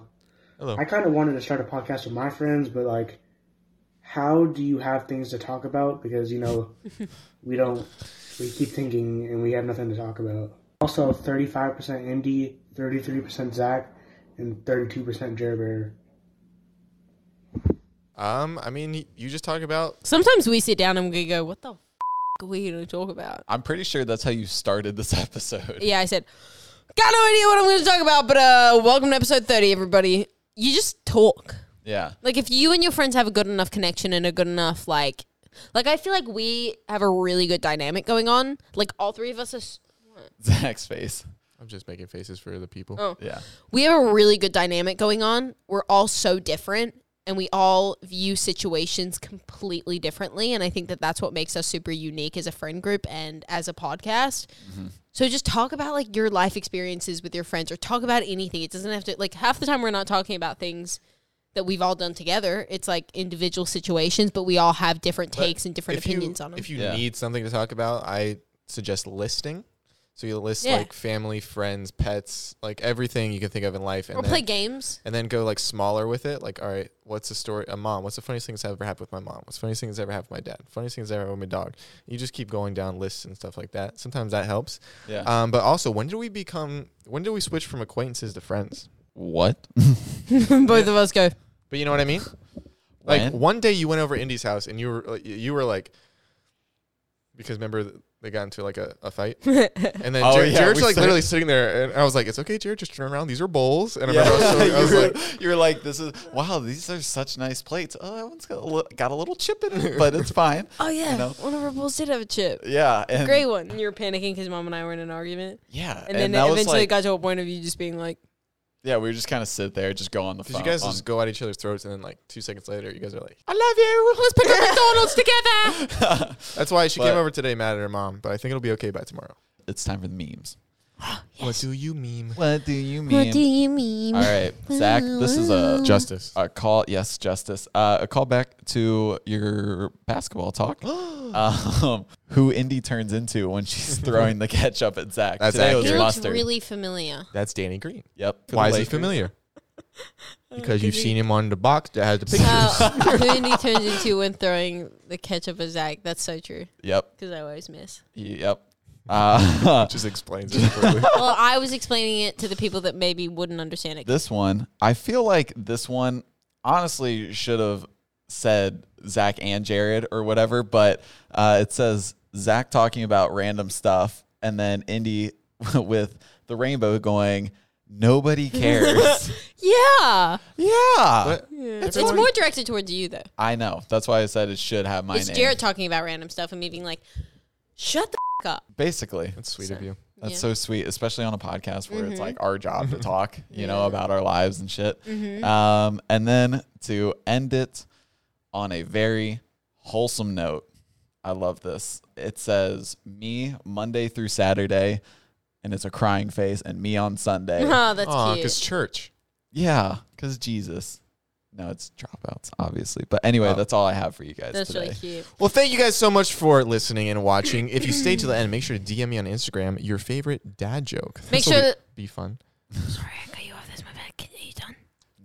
A: Hello.
I: I kind of wanted to start a podcast with my friends, but like, how do you have things to talk about? Because you know, we don't. We keep thinking, and we have nothing to talk about. Also, thirty-five percent Indy, thirty-three percent Zach, and thirty-two percent Jer Bear.
A: Um, I mean, you just talk about
C: Sometimes we sit down and we go, what the f- are we going to talk about?
B: I'm pretty sure that's how you started this episode.
C: Yeah, I said, got no idea what I'm going to talk about, but uh, welcome to episode 30, everybody. You just talk.
B: Yeah.
C: Like, if you and your friends have a good enough connection and a good enough, like, like I feel like we have a really good dynamic going on. Like, all three of us, are, s-
B: Zach's face.
A: I'm just making faces for the people.
C: Oh,
B: Yeah.
C: we have a really good dynamic going on. We're all so different and we all view situations completely differently. And I think that that's what makes us super unique as a friend group and as a podcast.
A: Mm-hmm.
C: So just talk about like your life experiences with your friends or talk about anything. It doesn't have to, like, half the time we're not talking about things that we've all done together. It's like individual situations, but we all have different takes and different
A: if you-
C: opinions on them.
A: If you
B: Yeah.
A: need something to talk about, I suggest listing. So you list
C: Yeah.
A: like family, friends, pets, like everything you can think of in life, and
C: or
A: then,
C: play games.
A: and then go like smaller with it. Like, all right, what's the story? A mom. What's the funniest thing that's ever happened with my mom? What's the funniest thing that's ever happened with my dad? Funniest thing that's ever happened with my dog. You just keep going down lists and stuff like that. Sometimes that helps.
B: Yeah.
A: Um, but also, when did we become? When did we switch from acquaintances to friends?
B: What?
C: Both of us go,
A: But you know what I mean. Like
B: When?
A: one day you went over to Indy's house and you were like, you were like, because remember th- they got into like a, a fight, and then
B: Oh,
A: Jared,
B: yeah,
A: Jared's
B: we
A: like
B: said-
A: literally sitting there, and I was like, it's okay, Jared, just turn around. These are bowls, and I
B: Yeah.
A: remember I was, so, I was
B: you, were,
A: like,
B: you were like, this is, wow, these are such nice plates. Oh, that one's got a, li- got a little chip in it, but it's fine.
C: Oh, yeah.
B: know?
C: One of our bulls did have a chip.
B: Yeah. And,
C: Great one. And you were panicking because mom and I were in an argument.
B: Yeah.
C: And, then
B: that
C: it
B: was
C: eventually
B: like,
C: got to a point of you just being like,
B: yeah, we were just kind of sit there, just go on the
A: because
B: phone.
A: you guys
B: on-
A: just go at each other's throats, and then like two seconds later, you guys are like,
C: I love you. Let's pick up McDonald's together.
A: that's why she
B: But-
A: came over today mad at her mom, but I think it'll be okay by tomorrow.
B: it's time for the memes.
A: What do you mean?
B: What do you mean? What do you mean? All right, Zach, this is a
A: Justice. Uh,
B: a call yes justice uh, a call back to your basketball talk um, who indy turns into when she's throwing the ketchup at zach
A: That's
B: today
A: accurate.
B: was
A: He
C: looks
B: mustard
C: really familiar.
A: That's Danny Green.
B: yep for the
A: Why is he
B: Lakers.
A: familiar? Because you've seen him on the box that has the pictures.
C: Uh, who he turns into when throwing the ketchup at Zach. That's so true.
B: yep
C: Because I always miss.
B: yep uh,
A: just explains it. completely.
C: Well, I was explaining it to the people that maybe wouldn't understand it.
B: this one i feel like this one honestly should have said zach and jared or whatever but uh, it says zach talking about random stuff and then indy with the rainbow going nobody cares
C: Yeah.
B: yeah
A: But
C: It's more directed towards you, though.
B: I know. That's why I said it should have my
C: it's
B: name.
C: Jared talking about random stuff and me being like, shut the f- up.
B: Basically.
A: That's sweet of you.
B: That's
F: Yeah. Mm-hmm.
B: so sweet, especially on a podcast where it's like our job to talk, you know, about our lives and shit.
F: Mm-hmm.
B: Um, and then to end it on a very wholesome note, I love this. It says me Monday through Saturday, and it's a crying face, and me on Sunday.
F: Oh, that's cute.
A: because church.
B: yeah, because Jesus. No, it's dropouts, obviously. But anyway, that's all I have for you guys
F: Oh. That's
B: today.
F: really cute.
A: Well, thank you guys so much for listening and watching. If you stay to the end, make sure to DM me on Instagram your favorite dad joke.
F: Make
A: This'll
F: sure
A: be,
F: that-
A: be fun.
C: Sorry, I cut you off. That's my bad. Get you done.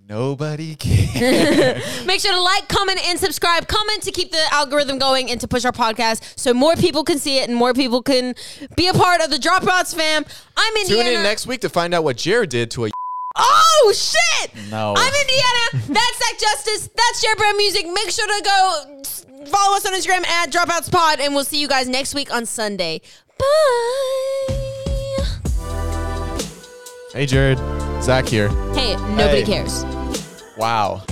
B: Nobody cares.
C: Make sure to like, comment, and subscribe. Comment to keep the algorithm going and to push our podcast so more people can see it and more people can be a part of the Dropouts fam. I'm
A: Tune
C: Indiana.
A: in next week to find out what Jared did to a.
C: oh shit!
B: No.
C: I'm Indiana. That's Zach Justice. That's Jared Brown Music. Make sure to go s- follow us on Instagram at Dropouts Pod, and we'll see you guys next week on Sunday. Bye.
A: Hey, Jared. Zach here.
C: Hey, nobody
B: Hey.
C: cares.
B: Wow.